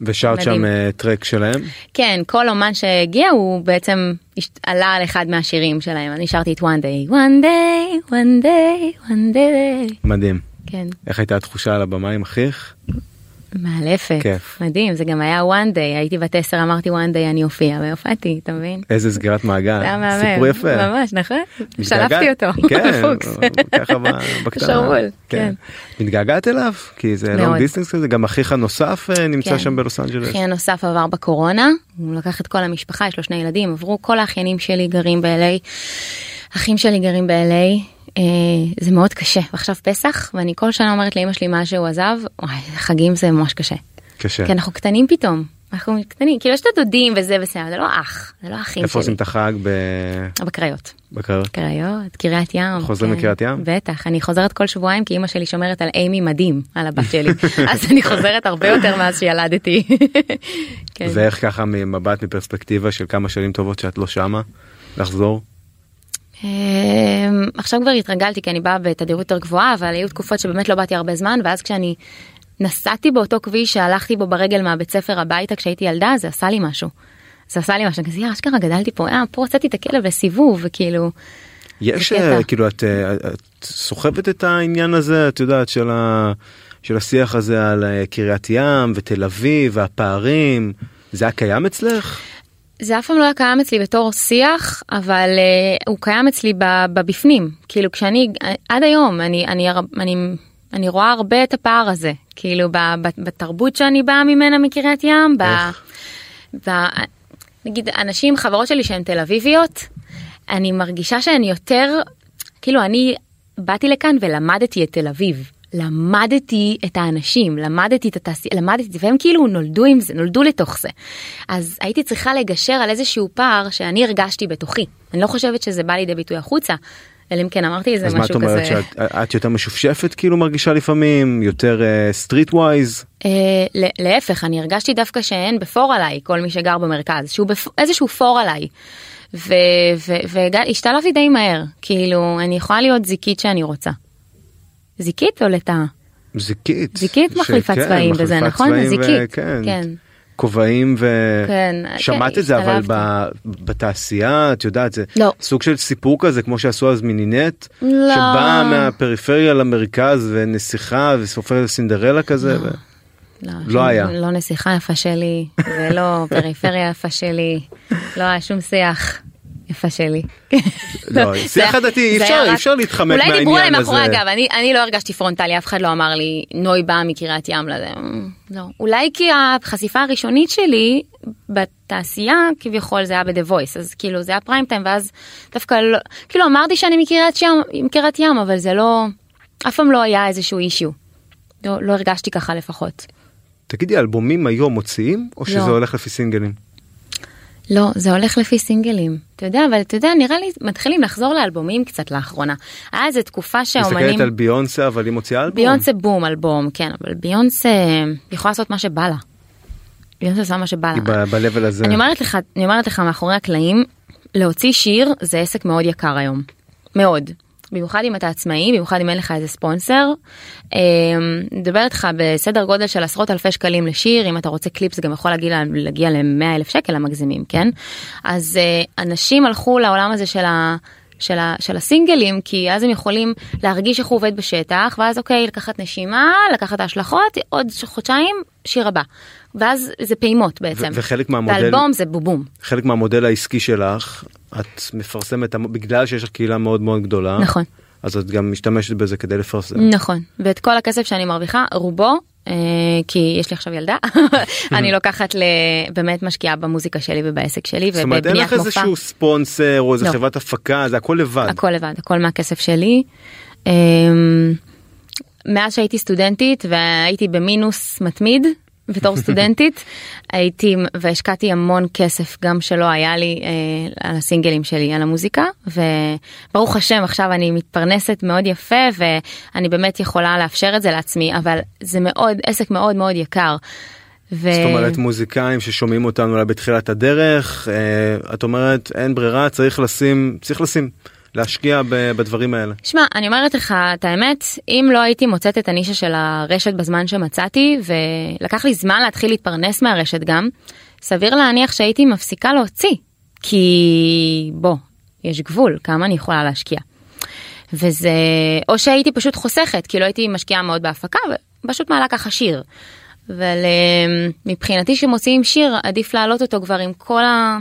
ושרת שם
מדהים.
אה, טרק שלהם?
כן כל אומן שהגיע הוא בעצם הש- עלה על אחד מהשירים שלהם אני שרתי את one day one day one day one day
מדהים.
כן
איך הייתה התחושה על הבמה עם אחיך?
מאלפת
כיף.
מדהים זה גם היה one day הייתי בת 10 אמרתי one day אני אופיע והופעתי אתה מבין.
איזה סגירת מעגל.
זה היה מהמם,
סיפור יפה.
ממש נכון,
מתגעגעת?
שלפתי אותו,
כן,
בפוקס.
ככה ב- בקטנה.
שרוול, כן.
מתגעגעת אליו? כי זה לונג
מאוד.
דיסטנס כזה, גם אחיך הנוסף אה, נמצא
כן.
שם בלוס אנג'לס.
אחי הנוסף עבר בקורונה, הוא לקח את כל המשפחה, יש לו שני ילדים, עברו, כל האחיינים שלי גרים ב-LA, אחים שלי גרים ב-LA, אה, זה מאוד קשה. ועכשיו פסח, ואני כל שנה אומרת לאמא שלי מה שהוא עזב, וואי, חגים זה ממש קשה.
קשה.
כי אנחנו קטנים פתאום, אנחנו קטנים, כאילו יש את הדודים וזה וזה, אבל זה לא אח, זה לא האחים
איפה עושים
שלי.
את החג? ב-
בקריות.
בקריות?
קריות, קריית ים. כן.
חוזרים לקריית ים?
בטח, אני חוזרת כל שבועיים כי אימא שלי שומרת על אימי מדהים, על הבת שלי. אז אני חוזרת הרבה יותר מאז שילדתי. כן.
ואיך ככה ממבט, מפרספקטיבה של כמה שנים טובות שאת לא שמה? לחזור?
אמ, עכשיו כבר התרגלתי כי אני באה בתדירות יותר גבוהה אבל היו תקופות שבאמת לא באתי הרבה זמן ואז כשאני נסעתי באותו כביש שהלכתי בו ברגל מהבית ספר הביתה כשהייתי ילדה זה עשה לי משהו. זה עשה לי משהו, אני כזה "יא, אשכרה גדלתי פה, אה, פה הוצאתי את הכלב לסיבוב וכאילו
יש
זה קטע.
אה, כאילו את אה, את סוחבת את העניין הזה את יודעת של ה... של השיח הזה על אה, קריית ים ותל אביב והפערים זה היה קיים אצלך?
זה אף פעם לא היה קיים אצלי בתור שיח, אבל uh, הוא קיים אצלי ב- בבפנים. כאילו כשאני, עד היום, אני, אני, הר- אני, אני רואה הרבה את הפער הזה. כאילו ב, ב, בתרבות שאני באה ממנה מקריית ים, ב,
איך?
ב, נגיד אנשים, חברות שלי שהן תל אביביות, אני מרגישה שהן יותר, כאילו אני באתי לכאן ולמדתי את תל אביב. למדתי את האנשים, למדתי את התעשייה, למדתי, והם כאילו נולדו עם זה, נולדו לתוך זה. אז הייתי צריכה לגשר על איזשהו פער שאני הרגשתי בתוכי. אני לא חושבת שזה בא לידי ביטוי החוצה, אלא אם כן אמרתי איזה
אז
משהו כזה.
מה את אומרת שאת את יותר משופשפת כאילו מרגישה לפעמים יותר אה, סטריט ווייז
אה, ל- להפך, אני הרגשתי דווקא שאין בפור עליי, כל מי שגר במרכז, שהוא בפ... איזשהו פור עליי. והשתלבתי די מהר, כאילו, אני יכולה להיות זיקית שאני רוצה. זיקית או לטאה?
זיקית
זיקית
ש-
מחליפה
כן,
צבעים בזה,
מחליפה
נכון?
צבעים ו-
זיקית,
כן.
כן.
כובעים ו...
כן,
שמעת
כן,
את זה אבל
השתלבתי.
ב... בתעשייה את יודעת זה
לא.
סוג של סיפור כזה כמו שעשו אז מנינט
לא.
שבאה מהפריפריה למרכז ונסיכה וסופרת סינדרלה כזה ו... לא
שום-
היה.
לא נסיכה יפה שלי, ולא פריפריה יפה שלי, לא היה שום שיח יפה שלי.
לא, שיח
זה-
הדתי,
זה היה
אי אפשר-
רק-
אי אפשר להתחמק
אולי דיברו
מהעניין
עליהם מאחורי
הזה.
הגב, אני אני לא הרגשתי פרונטלי, אף אחד לא אמר לי, נוי באה מקריית ים לזה. לא. אולי כי החשיפה הראשונית שלי בתעשייה, כביכול זה היה ב-The Voice, אז כאילו זה היה פריים טיים, ואז דווקא לא, כאילו אמרתי שאני מקריית ים, מקריית ים, אבל זה לא, אף פעם לא היה איזשהו אישיו. לא לא הרגשתי ככה לפחות.
תגידי אלבומים היום מוציאים או שזה
לא.
הולך לפי סינגלים?
לא, זה הולך לפי סינגלים. אתה יודע, אבל אתה יודע, נראה לי מתחילים לחזור לאלבומים קצת לאחרונה. היה איזו תקופה
מסתכלת
שהאומנים...
על ביונסה אבל היא מוציאה אלבום.
לא, ביונסה בום אלבום, כן, אבל ביונסה יכולה לעשות מה שבא לה. ביונסה עושה מה שבא
היא
לה.
ב- ב-level הזה.
אני אומרת לך, אני אומרת לך מאחורי הקלעים, להוציא שיר זה עסק מאוד יקר היום. מאוד. במיוחד אם אתה עצמאי, במיוחד אם אין לך איזה ספונסר. אה, מדברת איתך בסדר גודל של עשרות אלפי שקלים לשיר, אם אתה רוצה קליפ זה גם יכול להגיע, להגיע ל-100 אלף שקל המגזימים, כן? אז אה, אנשים הלכו לעולם הזה של ה... של, ה, של הסינגלים כי אז הם יכולים להרגיש איך הוא עובד בשטח ואז אוקיי לקחת נשימה לקחת השלכות עוד חודשיים שיר הבא ואז זה פעימות בעצם
וחלק מהמודל-
באלבום זה בובום
חלק מהמודל העסקי שלך את מפרסמת המ- בגלל שיש לך קהילה מאוד מאוד גדולה
נכון.
אז את גם משתמשת בזה כדי לפרסם
נכון ואת כל הכסף שאני מרוויחה רובו אה, כי יש לי עכשיו ילדה אני לוקחת ל... באמת משקיעה במוזיקה שלי ובעסק שלי
זאת אומרת אין
ובבניית
לך
מופע
איזשהו ספונסר או איזה
לא.
חברת הפקה זה הכל לבד
הכל לבד הכל מהכסף שלי. אה, מאז שהייתי סטודנטית והייתי במינוס מתמיד בתור סטודנטית הייתי והשקעתי המון כסף גם שלא היה לי אה, על הסינגלים שלי על המוזיקה וברוך השם עכשיו אני מתפרנסת מאוד יפה ואני באמת יכולה לאפשר את זה לעצמי אבל זה מאוד עסק מאוד מאוד יקר. ו...
זאת אומרת מוזיקאים ששומעים אותנו אולי בתחילת הדרך אה, את אומרת אין ברירה צריך לשים צריך לשים להשקיע ב- בדברים האלה.
שמע, אני אומרת לך את האמת, אם לא הייתי מוצאת את הנישה של הרשת בזמן שמצאתי, ולקח לי זמן להתחיל להתפרנס מהרשת גם, סביר להניח שהייתי מפסיקה להוציא. כי בוא, יש גבול כמה אני יכולה להשקיע. וזה, או שהייתי פשוט חוסכת, כי לא הייתי משקיעה מאוד בהפקה, ופשוט מעלה ככה שיר. אבל אה, מבחינתי כשמוציאים שיר, עדיף להעלות אותו כבר עם כל ה...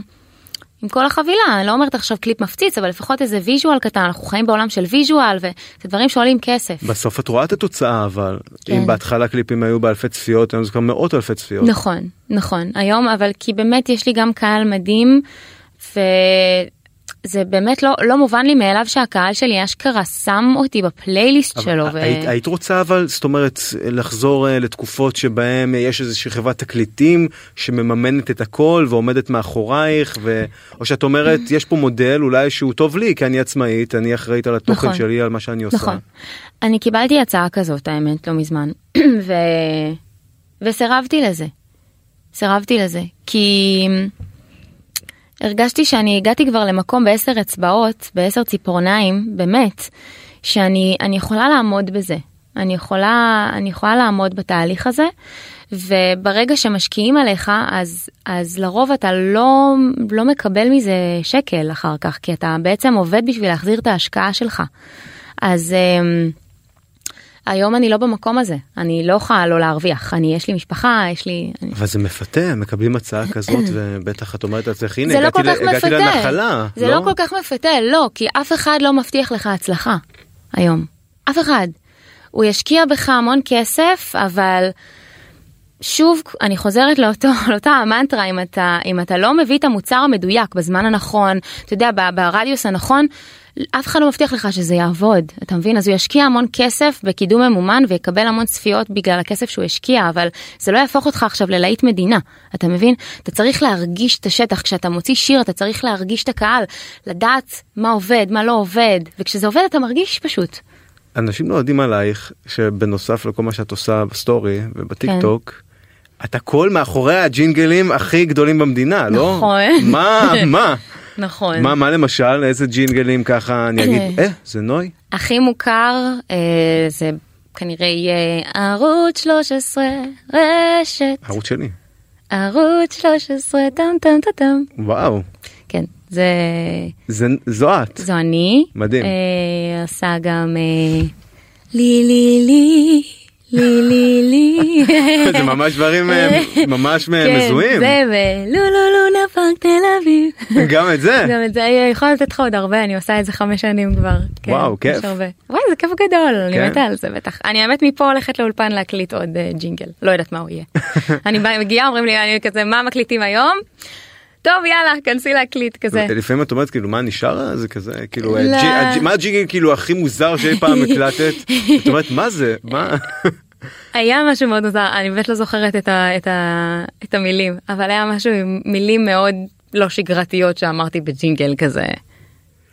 עם כל החבילה, אני לא אומרת עכשיו קליפ מפציץ, אבל לפחות איזה ויז'ואל קטן, אנחנו חיים בעולם של ויז'ואל, וזה דברים שעולים כסף.
בסוף את רואה את התוצאה אבל
כן.
אם בהתחלה קליפים היו באלפי צפיות היום זה כבר מאות אלפי צפיות.
נכון, נכון. היום, אבל כי באמת יש לי גם קהל מדהים, וזה באמת לא, לא מובן לי מאליו שהקהל שלי אשכרה שם אותי בפלייליסט
אבל
שלו. ו...
היית, היית רוצה אבל זאת אומרת לחזור אה, לתקופות שבהם אה, יש איזושהי חברת תקליטים שמממנת את הכל ועומדת מאחורייך ו... או שאת אומרת יש פה מודל אולי שהוא טוב לי כי אני עצמאית אני אחראית על התוכן
נכון.
שלי על מה שאני עושה.
נכון. אני קיבלתי הצעה כזאת האמת לא מזמן ו... וסירבתי לזה. סירבתי לזה כי הרגשתי שאני הגעתי כבר למקום בעשר אצבעות בעשר ציפורניים באמת שאני אני יכולה לעמוד בזה אני יכולה אני יכולה לעמוד בתהליך הזה וברגע שמשקיעים עליך אז אז לרוב אתה לא לא מקבל מזה שקל אחר כך כי אתה בעצם עובד בשביל להחזיר את ההשקעה שלך. אז אמ, היום אני לא במקום הזה, אני לא יכולה לא להרוויח, אני יש לי משפחה, יש לי... אני...
אבל זה מפתה מקבלים הצעה כזאת ובטח את אומרת לעצמך הנה
זה לא
הגעתי,
כל כך
ל... הגעתי
מפתה,
לנחלה.
זה לא כל כך מפתה, לא, כי אף אחד לא מבטיח לך הצלחה היום, אף אחד. הוא ישקיע בך המון כסף, אבל שוב אני חוזרת לאותו לאותה המנטרה אם אתה אם אתה לא מביא את המוצר המדויק בזמן הנכון אתה יודע ב- ברדיוס הנכון אף אחד לא מבטיח לך שזה יעבוד אתה מבין אז הוא ישקיע המון כסף בקידום ממומן ויקבל המון צפיות בגלל הכסף שהוא השקיע אבל זה לא יהפוך אותך עכשיו ללהיט מדינה אתה מבין אתה צריך להרגיש את השטח כשאתה מוציא שיר אתה צריך להרגיש את הקהל לדעת מה עובד מה לא עובד וכשזה עובד אתה מרגיש פשוט.
אנשים לא יודעים עלייך שבנוסף לכל מה שאת עושה בסטורי ובטיק טוק.
כן.
אתה כל מאחורי הג'ינגלים הכי גדולים במדינה, לא?
נכון.
מה, מה?
נכון.
מה, מה למשל? איזה ג'ינגלים ככה אני אגיד, אה, זה נוי?
הכי מוכר אה, זה כנראה יהיה ערוץ 13 רשת
ערוץ שלי.
ערוץ 13 טם טם טם טם
וואו.
כן זה
זה, זו את.
זו אני
מדהים.
אה, עושה גם אה, לי לי לי לי לי לי
זה ממש דברים אה, ממש
כן,
מזוהים.
זה ולולו לונה פארק תל אביב
גם את זה.
גם את זה אני יכולה לתת לך עוד הרבה אני עושה את זה חמש שנים כבר. כן,
וואו,
יש
כיף.
הרבה. וואי זה כיף גדול
כן.
אני מתה על זה בטח אני האמת מפה הולכת לאולפן להקליט עוד אה, ג'ינגל לא יודעת מה הוא יהיה. אני באה- מגיעה אומרים לי אני כזה מה מקליטים היום. טוב יאללה כנסי להקליט כזה.
לפעמים את אומרת כאילו מה נשאר זה כזה כאילו
לא.
אה, ג'י- הג'י- מה הג'ינגל כאילו הכי מוזר שאי פעם הקלטת את אומרת מה זה מה
היה משהו מאוד מוזר אני באמת לא זוכרת את, ה, את, ה, את המילים אבל היה משהו עם מילים מאוד לא שגרתיות שאמרתי בג'ינגל כזה.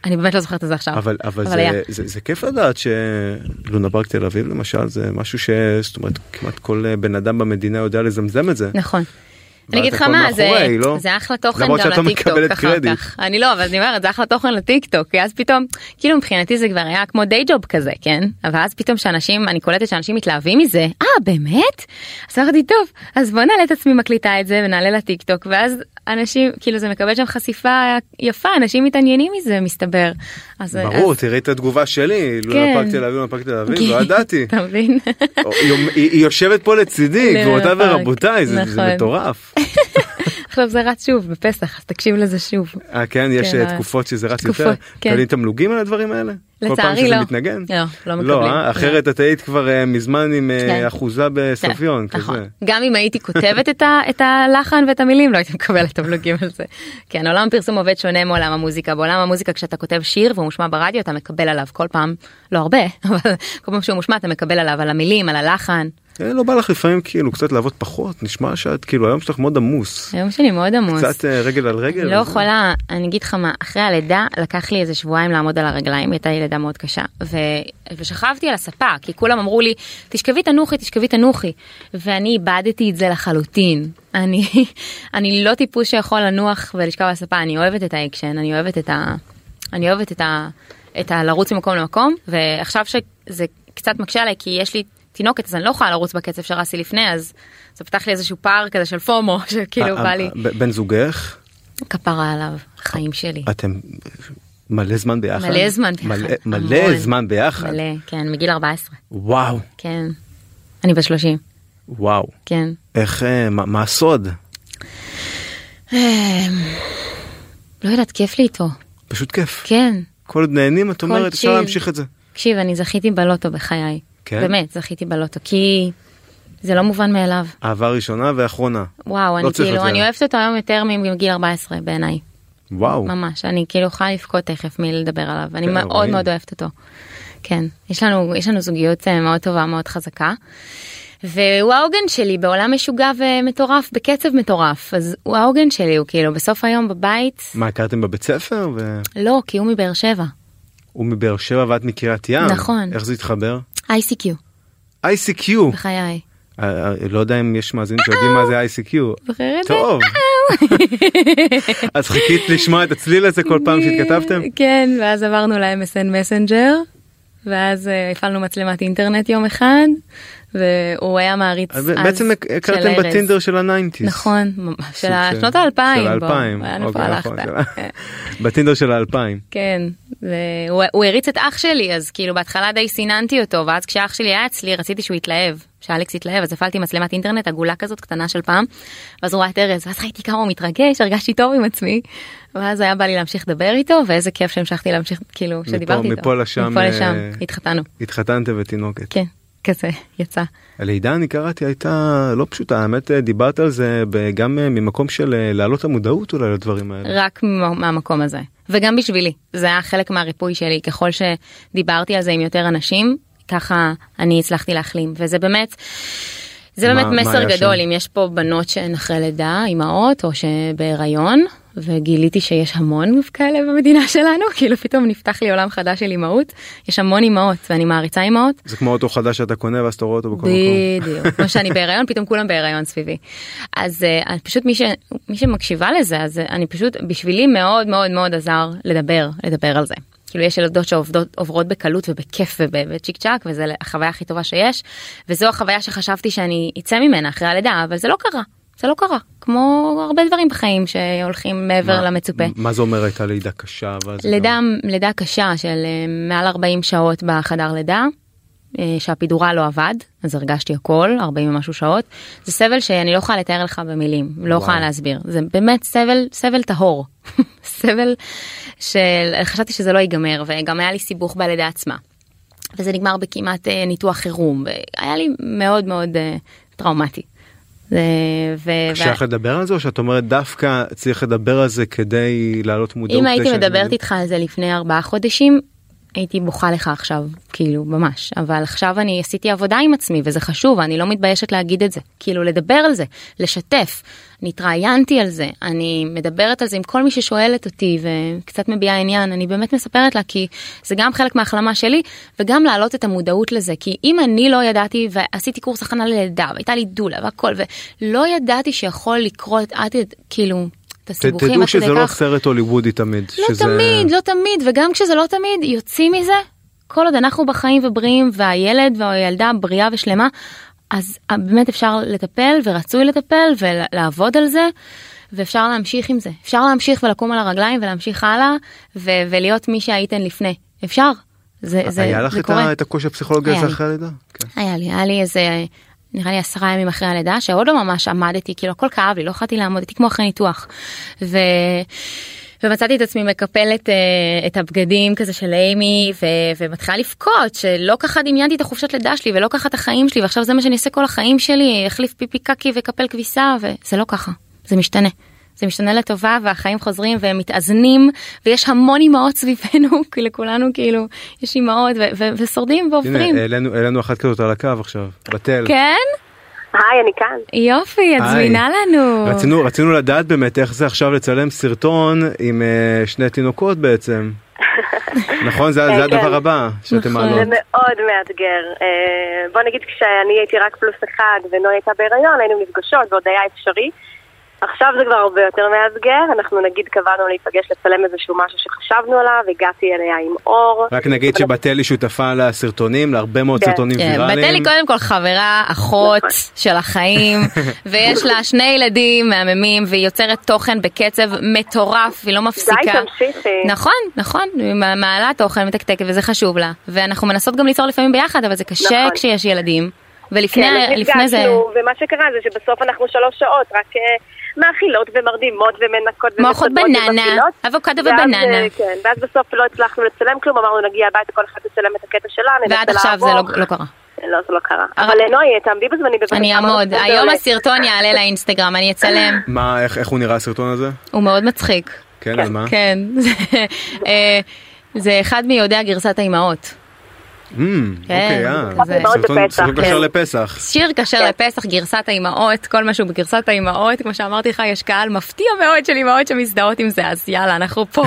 אני באמת לא זוכרת את זה עכשיו
אבל אבל
היה.
זה- זה זה כיף לדעת שלונה פארק תל אביב למשל זה משהו שזאת אומרת כמעט כל אה, בן אדם במדינה יודע לזמזם את זה.
נכון. אני
ואת
אגיד לך
הכל
מה זה
מאחורי, לא?
זה אחלה תוכן
למרות
גם
שאת לא
לטיקטוק
מקבלת
אחר
קרדיט.
כך אני לא אבל אני אומרת זה אחלה תוכן לטיקטוק כי אז פתאום כאילו מבחינתי זה כבר היה כמו דיי ג'וב כזה כן אבל אז פתאום שאנשים אני קולטת שאנשים מתלהבים מזה אה באמת אז אמרתי טוב אז בוא נעלה את עצמי מקליטה את זה ונעלה לטיקטוק ואז אנשים כאילו זה מקבל שם חשיפה יפה אנשים מתעניינים מזה מסתבר. אז-
ברור לא
אז-
תראי את התגובה שלי לונה
כן.
פארק תל אביב לונה פארק תל אביב לא ידעתי.
אתה מבין?
היא- היא יושבת פה לצידי
לונה
גבירותיי
פארק,
ורבותיי זה זה
נכון.
מטורף.
עכשיו זה רץ שוב בפסח אז תקשיב לזה שוב.
אה, כן יש
כן,
אה,
אה,
תקופות שזה רץ
תקופות,
יותר.
כן.
מקבלים תמלוגים על הדברים האלה? כל פעם
לצערי
שזה
לא.
מתנגן?
לא, לא מקבלים.
לא, אה? אחרת את היית כבר אה, מזמן עם אה,
כן.
אחוזה בסביון
כן, נכון.
כזה.
גם אם הייתי כותבת את, ה, את הלחן ואת המילים לא הייתי מקבלת תמלוגים על זה. כן עולם הפרסום עובד שונה מעולם המוזיקה בעולם המוזיקה כשאתה כותב שיר והוא מושמע ברדיו אתה מקבל עליו כל פעם לא הרבה אבל כל פעם שהוא מושמע אתה מקבל עליו על המילים על הלחן.
אה, לא בא לך לפעמים כאילו קצת לעבוד פחות נשמע שאת כאילו היום שלך מאוד עמוס.
היום שלי מאוד עמוס.
קצת אה, רגל על רגל.
אני לא
זה-
יכולה, אני אגיד לך מה, אחרי הלידה לקח לי איזה שבועיים לעמוד על הרגליים, הייתה לי לידה מאוד קשה, ו... ושכבתי על הספה, כי כולם אמרו לי, תשכבי תנוחי, תשכבי תנוחי, ואני איבדתי את זה לחלוטין. אני, אני לא טיפוס שיכול לנוח ולשכב על הספה, אני אוהבת את האקשן, אני אוהבת את ה... אני אוהבת את ה... את הלרוץ ממקום למקום, ועכשיו שזה קצת מקשה עליי, כי יש לי... תינוקת אז אני לא יכולה לרוץ בקצב שרצתי לפני אז זה פתח לי איזשהו פער כזה של פומו שכאילו
אה,
כאילו, בא
אה,
לי
ב- בן זוגך
כפרה עליו, חיים שלי.
אתם מלא זמן ביחד.
מלא זמן ביחד.
מלא- מלא
המון.
זמן ביחד.
מלא, כן, מגיל 14.
וואו
כן. אני בת 30,
וואו
כן.
איך אה, מה מה הסוד
לא יודעת, כיף לי איתו.
פשוט כיף
כן.
כל עוד נהנים את אומרת אפשר
chill.
להמשיך את זה.
תקשיב, אני זכיתי בלוטו בחיי.
כן?
באמת, זכיתי בלוטו, כי זה לא מובן מאליו.
אהבה ראשונה ואחרונה.
וואו,
לא
אני
צריך
כאילו,
יותר.
אני אוהבת אותו היום יותר מגיל 14 בעיניי.
וואו.
ממש, אני כאילו יכולה לבכות תכף מלדבר עליו, אני
כן,
מאוד
רואים.
מאוד אוהבת אותו. כן, יש לנו, יש לנו זוגיות אה, מאוד טובה, מאוד חזקה. והוא העוגן שלי בעולם משוגע ומטורף, בקצב מטורף, אז הוא העוגן שלי, הוא כאילו בסוף היום בבית,
מה הכרתם בבית ספר והוא
לא, כי הוא מבאר שבע,
מבאר שבע ואת מקריית ים.
נכון.
איך זה התחבר?
ICQ,
ICQ.
בחיי.
אה, אה, לא יודע אם יש מאזינים שיודעים מה זה ICQ.
זוכר את זה?
טוב. אז חיכית לשמוע את הצליל הזה כל פעם שהתכתבתם?
כן, ואז עברנו ל-MSN מסנג'ר, ואז אה, הפעלנו מצלמת אינטרנט יום אחד, והוא היה מעריץ אז
אז בעצם
של
הכרתם
ארז.
בטינדר של הניינטיז.
נכון, ממש,
סוג
של שנות
של
האלפיים. בוא,
האלפיים.
לאן
אוקיי,
כבר
נכון,
הלכת? אה,
של ה- בטינדר של האלפיים.
כן, והוא- הוא הריץ את אח שלי, אז כאילו בהתחלה די סיננתי אותו, ואז כשאח שלי היה אצלי רציתי שהוא יתלהב, שאלכס יתלהב, אז הפעלתי מצלמת אינטרנט עגולה כזאת קטנה של פעם, ואז הוא ראה את ארז, ואז ראיתי כמה הוא מתרגש, הרגשתי טוב עם עצמי, ואז היה בא לי להמשיך לדבר איתו, ואיזה כיף שהמשכתי להמשיך, כאילו, שדיברתי איתו.
מפה לשם,
מפה לשם,
אה,
התחתנו,
התחתנתם ותינוקת.
כן. כזה יצא.
הלידה אני קראתי הייתה לא פשוטה, האמת אה, דיברת על זה ב- גם אה, ממקום של אה, להעלות המודעות אולי לדברים האלה.
רק מה- מהמקום הזה וגם בשבילי זה היה חלק מהריפוי שלי ככל שדיברתי על זה עם יותר אנשים ככה אני הצלחתי להחלים וזה באמת. זה
מה-
באמת
מה
מסר
היה
גדול
שם?
אם יש פה בנות שהן אחרי לידה אימהות או שבהיריון וגיליתי שיש המון כאלה במדינה שלנו כאילו פתאום נפתח לי עולם חדש של אימהות יש המון אימהות ואני מעריצה אימהות
זה כמו אוטו חדש שאתה קונה ואז אתה רואה אותו בכל מקום.
בדיוק, כמו שאני בהיריון פתאום כולם בהיריון סביבי. אז אה, אני פשוט מי, ש, מי שמקשיבה לזה אז אה, אני פשוט בשבילי מאוד מאוד מאוד עזר לדבר לדבר על זה. כאילו יש ילדות שעובדות עוברות בקלות ובכיף וב- ובצ'יק צ'אק וזה החוויה הכי טובה שיש וזו החוויה שחשבתי שאני אצא ממנה אחרי הלידה אבל זה לא קרה. זה לא קרה כמו הרבה דברים בחיים שהולכים מעבר
מה-
למצופה.
מה זה אומר הייתה לידה קשה? אבל זה
לידה,
גם-
לידה קשה של אה, מעל 40 שעות בחדר לידה, אה, שהפידורה לא עבד, אז הרגשתי הכל, 40 ומשהו שעות. זה סבל שאני לא יכולה לתאר לך במילים, לא
וואו.
יכולה להסביר. זה באמת סבל, סבל טהור. סבל של... חשבתי שזה לא ייגמר, וגם היה לי סיבוך בלידה עצמה. וזה נגמר בכמעט אה, ניתוח חירום, והיה לי מאוד מאוד אה, טראומטי. זה- ו... וה-
שייך לדבר על זה או שאת אומרת דווקא צריך לדבר על זה כדי להעלות מודעות?
אם
כדי
הייתי
שאני-
מדברת איתך על זה לפני ארבעה חודשים הייתי בוכה לך עכשיו כאילו ממש אבל עכשיו אני עשיתי עבודה עם עצמי וזה חשוב אני לא מתביישת להגיד את זה כאילו לדבר על זה לשתף. אני התראיינתי על זה אני מדברת על זה עם כל מי ששואלת אותי וקצת מביעה עניין אני באמת מספרת לה כי זה גם חלק מההחלמה שלי וגם להעלות את המודעות לזה כי אם אני לא ידעתי ועשיתי קורס הכנה ללידה והייתה לי דולה והכל ולא ידעתי שיכול לקרות עד כאילו. את
ת-
הסיבוכים
תדעו
עד כדי
שזה לא
כך.
סרט הוליוודי תמיד.
לא
שזה-
תמיד, לא תמיד, וגם כשזה לא תמיד, יוצאים מזה, כל עוד אנחנו בחיים ובריאים, והילד והילדה בריאה ושלמה, אז אה, באמת אפשר לטפל, ורצוי לטפל, ולעבוד על זה, ואפשר להמשיך עם זה. אפשר להמשיך ולקום על הרגליים, ולהמשיך הלאה, ו- ולהיות מי שהייתן לפני. אפשר. זה, זה,
היה לך
זה
את
קורה.
ה- את הקושי הפסיכולוגי
היה
הזה
לי.
אחרי הלידה? כן.
היה לי, היה לי איזה, נראה לי עשרה ימים אחרי הלידה, שעוד לא ממש עמדתי, כאילו הכל כאב לי, לא יכולתי לעמוד, הייתי כמו אחרי ניתוח. ו... ומצאתי את עצמי מקפלת אה, את הבגדים כזה של אימי ו... ומתחילה לבכות שלא ככה דמיינתי את החופשת לידה שלי ולא ככה את החיים שלי ועכשיו זה מה שאני אעשה כל החיים שלי אחליף פיפי קקי וקפל כביסה וזה לא ככה זה משתנה. זה משתנה לטובה והחיים חוזרים והם מתאזנים ויש המון אימהות סביבנו כי לכולנו כאילו יש אימהות ו- ו- ושורדים
הנה אה,
ועוברים.
העלינו- העלינו אחת כזאת על הקו עכשיו, בתל.
לא כן?
היי, אני כאן.
יופי, את
היי.
זמינה לנו.
רצינו רצינו לדעת באמת איך זה עכשיו לצלם סרטון עם אה, שני תינוקות בעצם. נכון זה זה
כן.
הדבר הבא שאתם
נכון.
זה
מעלות.
מאוד מאתגר. אה, בוא נגיד כשאני הייתי רק פלוס אחד ונוי הייתה בהיריון, היינו נפגשות ועוד היה אפשרי. עכשיו זה כבר הרבה יותר מאתגר, אנחנו נגיד קבענו להיפגש לצלם איזשהו משהו שחשבנו עליו, הגעתי אליה עם אור.
רק נגיד שבתל היא שותפה לסרטונים להרבה מאוד
לא- כן.
סרטונים
כן,
ויראליים.
בתל היא קודם כל חברה, אחות
נכון.
של החיים, ויש לה שני ילדים מהממים, והיא יוצרת תוכן בקצב מטורף, היא לא
די,
מפסיקה.
תמשיכי.
נכון, נכון, היא מע- מעלה תוכן, מתקתקת, וזה חשוב לה. ואנחנו מנסות גם ליצור לפעמים ביחד, אבל זה קשה
נכון.
כשיש ילדים. ולפני
כן, אז
לפני זה...
נפגשנו, ומה שקרה זה שבסוף אנחנו שלוש שעות רק אה, מאכילות ומרדימות ומנקות
מורחות
ומסדרות
בננה,
ומפעילות.
אבוקדו
ואז,
ובננה.
אה, כן, ואז בסוף לא הצלחנו לצלם כלום, אמרנו נגיע הביתה כל אחד תצלם את הקטע שלה, ננסה
ועד עכשיו זה
לערוך.
לא- לא קרה.
לא, זה לא קרה.
אבל-
אבל נוי, תעמדי בזמני בבקשה.
אני אעמוד,
זה
היום
עולה.
הסרטון יעלה לאינסטגרם, אני אצלם,
מה איך איך הוא נראה הסרטון הזה?
הוא מאוד מצחיק.
כן אז מה?
כן, זה- אה, זה אחד מיודע גרסת האימהות.
אמ, אוקיי, אה,
זה-
סרטון-
כן, מאוד בפסח,
סרטון
כן.
קשר לפסח.
שיר כשר
כן.
לפסח, גרסת האימהות, כל מה שהוא בגרסת האימהות, כמו שאמרתי לך, יש קהל מפתיע מאוד של אימהות שמזדהות עם זה, אז יאללה, אנחנו פה,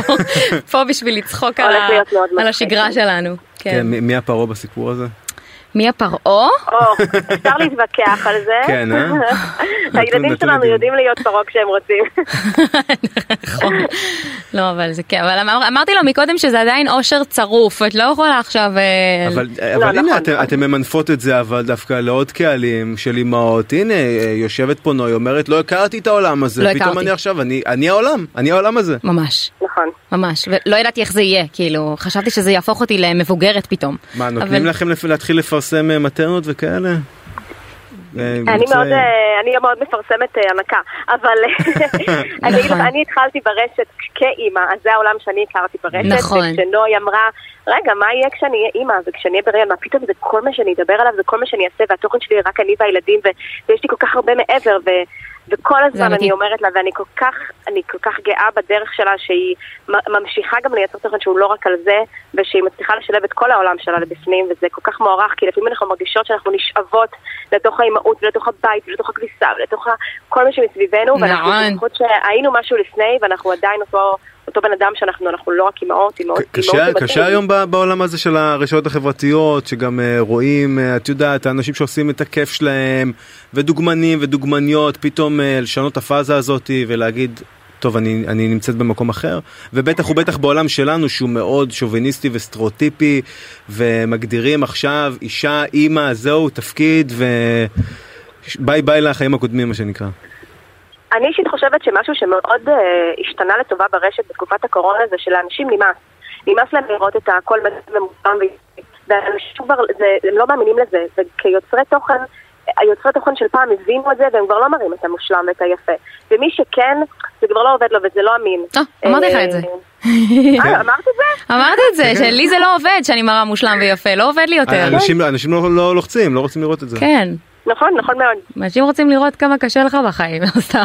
פה בשביל לצחוק על,
הולך
ה-
להיות מאוד
על
מצחיק.
השגרה שלנו. כן.
כן, מי- מי הפרעה בסיפור הזה?
מי הפרעה?
או, אפשר להתווכח על זה.
כן, אה?
הילדים
נתון
שלנו
לדיון.
יודעים להיות פרעה כשהם רוצים.
נכון. לא, אבל זה כן, אבל אמר, אמרתי לו מקודם שזה עדיין אושר צרוף, את לא יכולה עכשיו... אה,
אבל, אבל הנה
נכון,
אתם,
נכון.
אתם ממנפות את זה אבל דווקא לעוד קהלים של אימהות הנה אה, יושבת פה נוי אומרת לא הכרתי את העולם הזה
לא
פתאום
הכרתי.
אני עכשיו אני אני העולם אני העולם הזה.
ממש.
נכון.
ממש, ולא ידעתי איך זה יהיה, כאילו, חשבתי שזה יהפוך אותי למבוגרת פתאום.
מה נותנים
אבל-
לכם לפ... להתחיל לפרסם אה, מטרנות וכאלה?
אני מאוד, אה, אני מאוד מפרסמת אה, הנקה, אבל אה, אני, אגיד לך,
נכון.
אני התחלתי ברשת כאימא, אז זה העולם שאני הכרתי ברשת.
נכון.
וכשנוי אמרה, רגע, מה יהיה כשאני אהיה אימא וכשאני אהיה בריאה, מה פתאום זה כל מה שאני אדבר עליו, זה כל מה שאני אעשה, והתוכן שלי רק אני והילדים, ו- ויש לי כל כך הרבה מעבר, ו- וכל
זה
הזמן
אמיתי.
אני אומרת לה, ואני כל כך, אני כל כך גאה בדרך שלה, שהיא מ- ממשיכה גם לייצר תוכן שהוא לא רק על זה, ושהיא מצליחה לשלב את כל העולם שלה לבפנים, וזה כל כך מוערך, כי לפעמים אנחנו מרגישות שאנחנו נשאבות לתוך האימהות, ולתוך הבית, ולתוך הכביסה, ולתוך ה- כל מה שמסביבנו, ואנחנו
נכון.
בטוחות שהיינו משהו לפני, ואנחנו עדיין אותו... אותו בן אדם שאנחנו אנחנו לא רק אימהות, אימהות,
ק- קשה,
אימהות זה
קשה
מדהים.
היום ב- בעולם הזה של הרשתות החברתיות שגם אה, רואים אה, את יודעת האנשים שעושים את הכיף שלהם ודוגמנים ודוגמניות פתאום אה, לשנות את הפאזה הזאת ולהגיד טוב אני אני נמצאת במקום אחר ובטח ובטח בעולם שלנו שהוא מאוד שוביניסטי וסטריאוטיפי ומגדירים עכשיו אישה אימא זהו תפקיד וביי ביי לחיים הקודמים מה שנקרא.
אני אישית חושבת שמשהו שמאוד אה, השתנה לטובה ברשת בתקופת הקורונה זה שלאנשים נמאס. נמאס להם לראות את הכל ממוקם ואנשים כבר, זה- הם לא מאמינים לזה, וכיוצרי תוכן, היוצרי תוכן של פעם הבינו את זה והם כבר לא מראים את המושלם ואת היפה. ומי שכן, זה כבר לא עובד לו וזה לא אמין.
טוב, אמרתי לך
אה,
את זה.
כן.
אה, אמרת את זה?
אמרת את זה, שלי זה לא עובד שאני מראה מושלם ויפה, לא עובד לי יותר.
אנשים אנשים כן. לא לא לוחצים לא רוצים לראות את זה.
כן,
נכון, נכון מאוד.
אנשים רוצים לראות כמה קשה לך בחיים, לא סתם.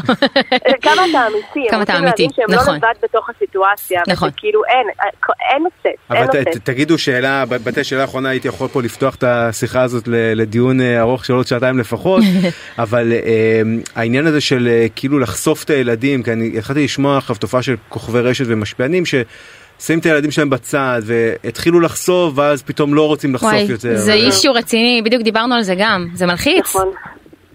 אה, כמה אתה אמיתי.
כמה
הם
אתה
רוצים להבין
אמיתי,
שהם לא
נכון.
לבד בתוך הסיטואציה.
נכון.
כאילו אין, אה, אין עוצץ,
אבל
אין
ת,
עוצץ.
ת, תגידו שאלה, ב- בתי שאלה אחרונה הייתי יכול פה לפתוח את השיחה הזאת ל- לדיון אה, ארוך של עוד שעתיים לפחות, אבל אה, העניין הזה של אה, כאילו לחשוף את הילדים, כי אני התחלתי לשמוע עכשיו תופעה של כוכבי רשת ומשפיענים ששמים את הילדים שלהם בצד והתחילו לחשוף ואז פתאום לא רוצים לחשוף
וואי,
יותר.
זה
לא
אישיו רציני, בדיוק דיברנו על זה גם, זה מלחיץ.
נכון.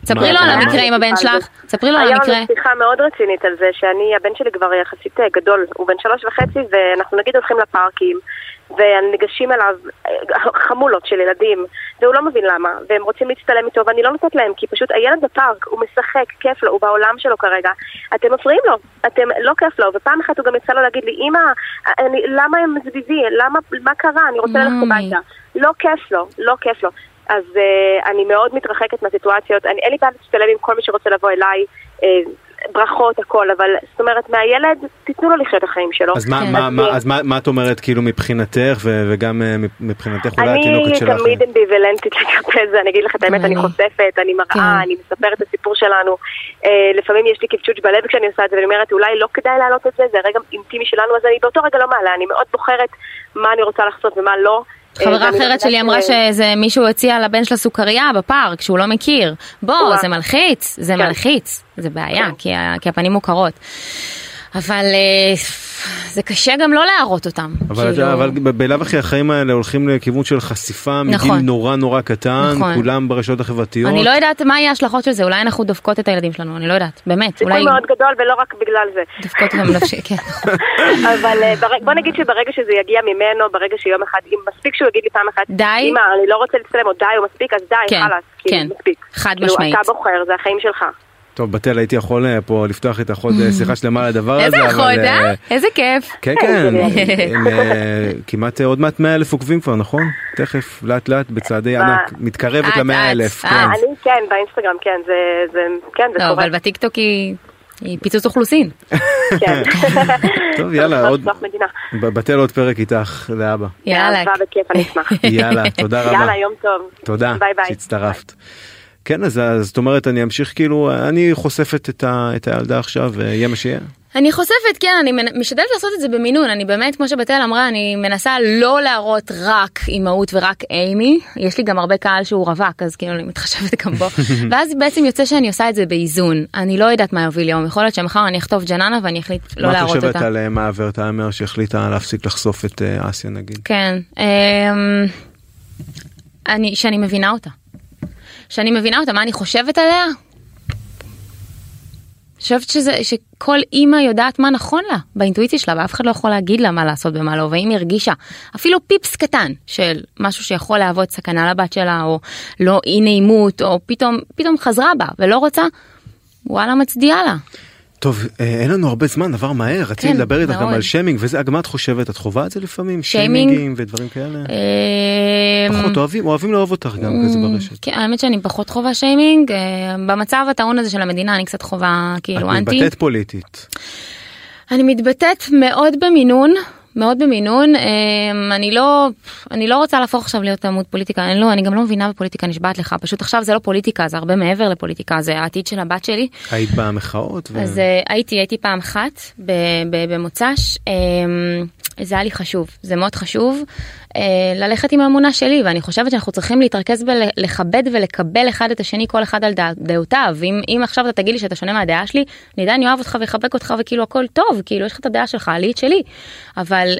ספרי לו
מה,
על
מה?
המקרה עם הבן שלך, ספרי לו על
היה
המקרה.
לנו שיחה מאוד רצינית על זה שאני, הבן שלי כבר יחסית אה, גדול, הוא בן שלוש וחצי ואנחנו נגיד הולכים לפארקים וניגשים אליו אה, חמולות של ילדים והוא לא מבין למה והם רוצים להצטלם איתו ואני לא נותנת להם כי פשוט הילד בפארק, הוא משחק, כיף לו, הוא בעולם שלו כרגע אתם מפריעים לו, אתם לא כיף לו ופעם אחת הוא גם יצא לו להגיד לי אמא, אני- למה הם סביבי, למה, מה קרה, אני רוצה ללכת
מאמי.
הביתה לא כיף לו, לא כיף לו. אז uh, אני מאוד מתרחקת מהסיטואציות, אני, אין לי בעיה להצטלם עם כל מי שרוצה לבוא אליי, uh, ברכות, הכל, אבל זאת אומרת, מהילד, תיתנו לו לחיות את החיים שלו.
אז, מה,
כן.
מה, מה, אז מה, מה את אומרת כאילו מבחינתך ו- וגם אה, מבחינתך אולי
אני
התינוקת שלך? כן.
תמיד אמביוולנטית לגבי זה, אני אגיד לך את האמת,
גם
אני
אני.
חושפת, אני מראה,
כן.
אני מספרת את הסיפור שלנו. אה, לפעמים יש לי קפצ'וץ' בלב כשאני עושה את זה, ואני אומרת, אולי לא כדאי להעלות את זה, זה רגע אינטימי שלנו, אז אני באותו רגע לא מעלה, אני מאוד בוחרת מה אני רוצה לחשוף ומה לא. אה,
חברה
ואני
אחרת
יודעת
שלי אמרה
ש-
שזה מישהו הציע לבן שלה סוכריה בפארק שהוא לא מכיר. בוא,
וואו.
זה מלחיץ, זה
כן.
מלחיץ, זה בעיה,
כן.
כי ה- כי הפנים מוכרות. אבל אה, זה קשה גם לא להראות אותם.
אבל,
כאילו,
כאילו... אבל ב- בלאו הכי החיים האלה הולכים לכיוון של חשיפה מגיל
נכון.
נורא נורא קטן,
נכון.
כולם ברשתות החברתיות.
אני לא יודעת מה יהיה ההשלכות של זה, אולי אנחנו דופקות את הילדים שלנו, אני לא יודעת, באמת,
סיכוי
אולי
מאוד גדול, ולא רק בגלל זה.
דופקות אותם נפשית, כן.
אבל אה, בר- בוא נגיד שברגע שזה יגיע ממנו, ברגע שיום אחד, אם מספיק שהוא יגיד לי פעם אחת,
די.
אמא, אני לא רוצה להצטלם, או די, הוא מספיק, אז די,
כן,
חלאס,
כן.
כאילו, מספיק.
חד
כאילו,
משמעית.
אתה בוחר, זה החיים שלך.
טוב בתל הייתי יכול אה, פה לפתוח איתך עוד אה, שיחה שלמה על הדבר הזה.
איזה
אבל,
אחות,
אה,
אה? איזה כיף.
כן כן, הם, אה, כמעט אה, עוד מעט 100 אלף עוקבים כבר נכון? תכף לאט לאט בצעדי
מה?
ענק מתקרבת
אט,
ל 100
אט,
אלף.
אט.
כן.
אני, כן, באינסטגרם, כן, זה, זה, כן, זה
אה. לא,
קורה.
אבל בטיקטוק היא היא פיצוץ אוכלוסין.
כן.
טוב יאללה
סוף
עוד
סוף מדינה.
ב- בתל עוד פרק איתך לאבא.
יאללה.
באהבה וכיף, אני אשמח.
יאללה תודה רבה.
יאללה, יום טוב.
תודה
ביי ביי.
שהצטרפת. כן אז אז זאת אומרת אני אמשיך כאילו אני חושפת את ה- את הילדה עכשיו אה, יהיה מה שיהיה.
אני חושפת, כן, אני מנ- משתדלת לעשות את זה במינון, אני באמת, כמו שבתל אמרה, אני מנסה לא להראות רק אימהות ורק אימי, יש לי גם הרבה קהל שהוא רווק, אז כאילו אני מתחשבת גם בו, ואז בעצם יוצא שאני עושה את זה באיזון, אני לא יודעת מה יוביל יום, יכול להיות שמחר אני אכתוב ג'ננה ואני אחליט לא
מה את
להראות
חושבת
אותה.
על אה, מעבר טיימר שהחליטה להפסיק לחשוף את אה, אסיה נגיד?
כן, אמ, אני, שאני מבינה אותה. שאני מבינה אותה, מה אני חושבת עליה? חושבת שזה, שכל אימא יודעת מה נכון לה, באינטואיציה שלה, ואף אחד לא יכול להגיד לה מה לעשות ומה לא, ואם היא הרגישה אפילו פיפס קטן של משהו שיכול להוות סכנה לבת שלה, או לא אי נעימות, או פתאום, פתאום חזרה בה ולא רוצה, וואלה מצדיעה לה.
טוב, אה, אין לנו הרבה זמן, עבר מהר, רציתי
כן,
לדבר איתך גם
מאוד.
על שיימינג וזה, אגב, מה את חושבת? את חווה את זה לפעמים?
שיימינג?
שיימינגים ודברים כאלה?
אה,
פחות אוהבים, אוהבים לאהוב אותך גם כזה ברשת.
כן, האמת שאני פחות חווה שיימינג, אה, במצב הטעון הזה של המדינה אני קצת חווה כאילו
את
אנטי.
מתבטאת פוליטית.
אני מתבטאת מאוד במינון. מאוד במינון, אמ, אני לא, אני לא רוצה להפוך עכשיו להיות עמוד פוליטיקה, אני לא, אני גם לא מבינה בפוליטיקה, נשבעת לך, פשוט עכשיו זה לא פוליטיקה, זה הרבה מעבר לפוליטיקה, זה העתיד של הבת שלי.
היית במחאות? ו-
אז אה, הייתי, הייתי פעם אחת ב- ב- במוצ"ש, אמ, זה היה לי חשוב, זה מאוד חשוב אה, ללכת עם האמונה שלי, ואני חושבת שאנחנו צריכים להתרכז בלכבד ולקבל אחד את השני, כל אחד על דע- דעותיו. אם, אם עכשיו אתה תגיד לי שאתה שונה מהדעה שלי, אני עדיין אוהב אותך ואחבק אותך וכאילו הכל טוב, כאילו יש לך את הדעה שלך, לי את שלי. אבל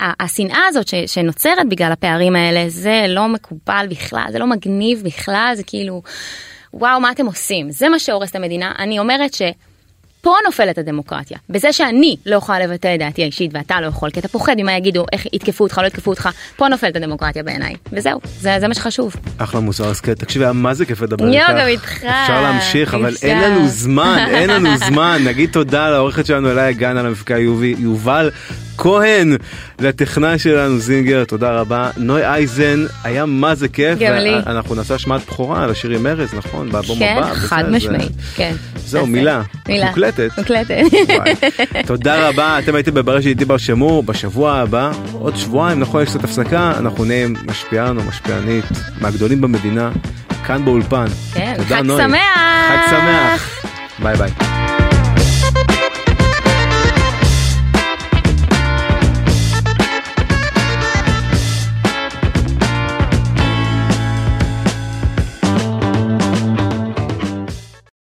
ה- השנאה הזאת ש, שנוצרת בגלל הפערים האלה, זה לא מקובל בכלל, זה לא מגניב בכלל, זה כאילו, וואו, מה אתם עושים? זה מה שהורס את המדינה. אני אומרת ש... פה נופלת הדמוקרטיה, בזה שאני לא יכולה לבטא את דעתי האישית ואתה לא יכול, כי אתה פוחד ממה יגידו, איך יתקפו אותך, לא יתקפו אותך, פה נופלת הדמוקרטיה בעיניי, וזהו, זה, זה מה שחשוב.
אחלה מוזר, אז כן, תקשיבי, היה מה זה כיף לדבר
יואו,
איתך.
גם איתך.
אפשר להמשיך, אבל
אפשר.
אין לנו זמן, אין לנו זמן. נגיד תודה לעורכת שלנו אליי גן על המפקע יובל כהן, לטכנאי שלנו זינגר, תודה רבה. נוי אייזן, היה מה זה כיף.
גם לי.
אנחנו נעשה השמעת בכורה על השיר עם ארז, נכון? באלבום
כן,
הבא,
חד
בסדר,
משמעית,
זה-
כן.
זהו,
אז,
מילה.
מילה.
מוקלטת.
מוקלטת.
וואי. תודה רבה, אתם הייתם בברשת איתי בר שמור, בשבוע הבא, עוד שבועיים, נכון, יש קצת הפסקה, אנחנו נהיה עם משפיען או משפיענית מהגדולים במדינה, כאן באולפן.
כן,
תודה,
חג
נוי.
שמח!
חג שמח! ביי ביי.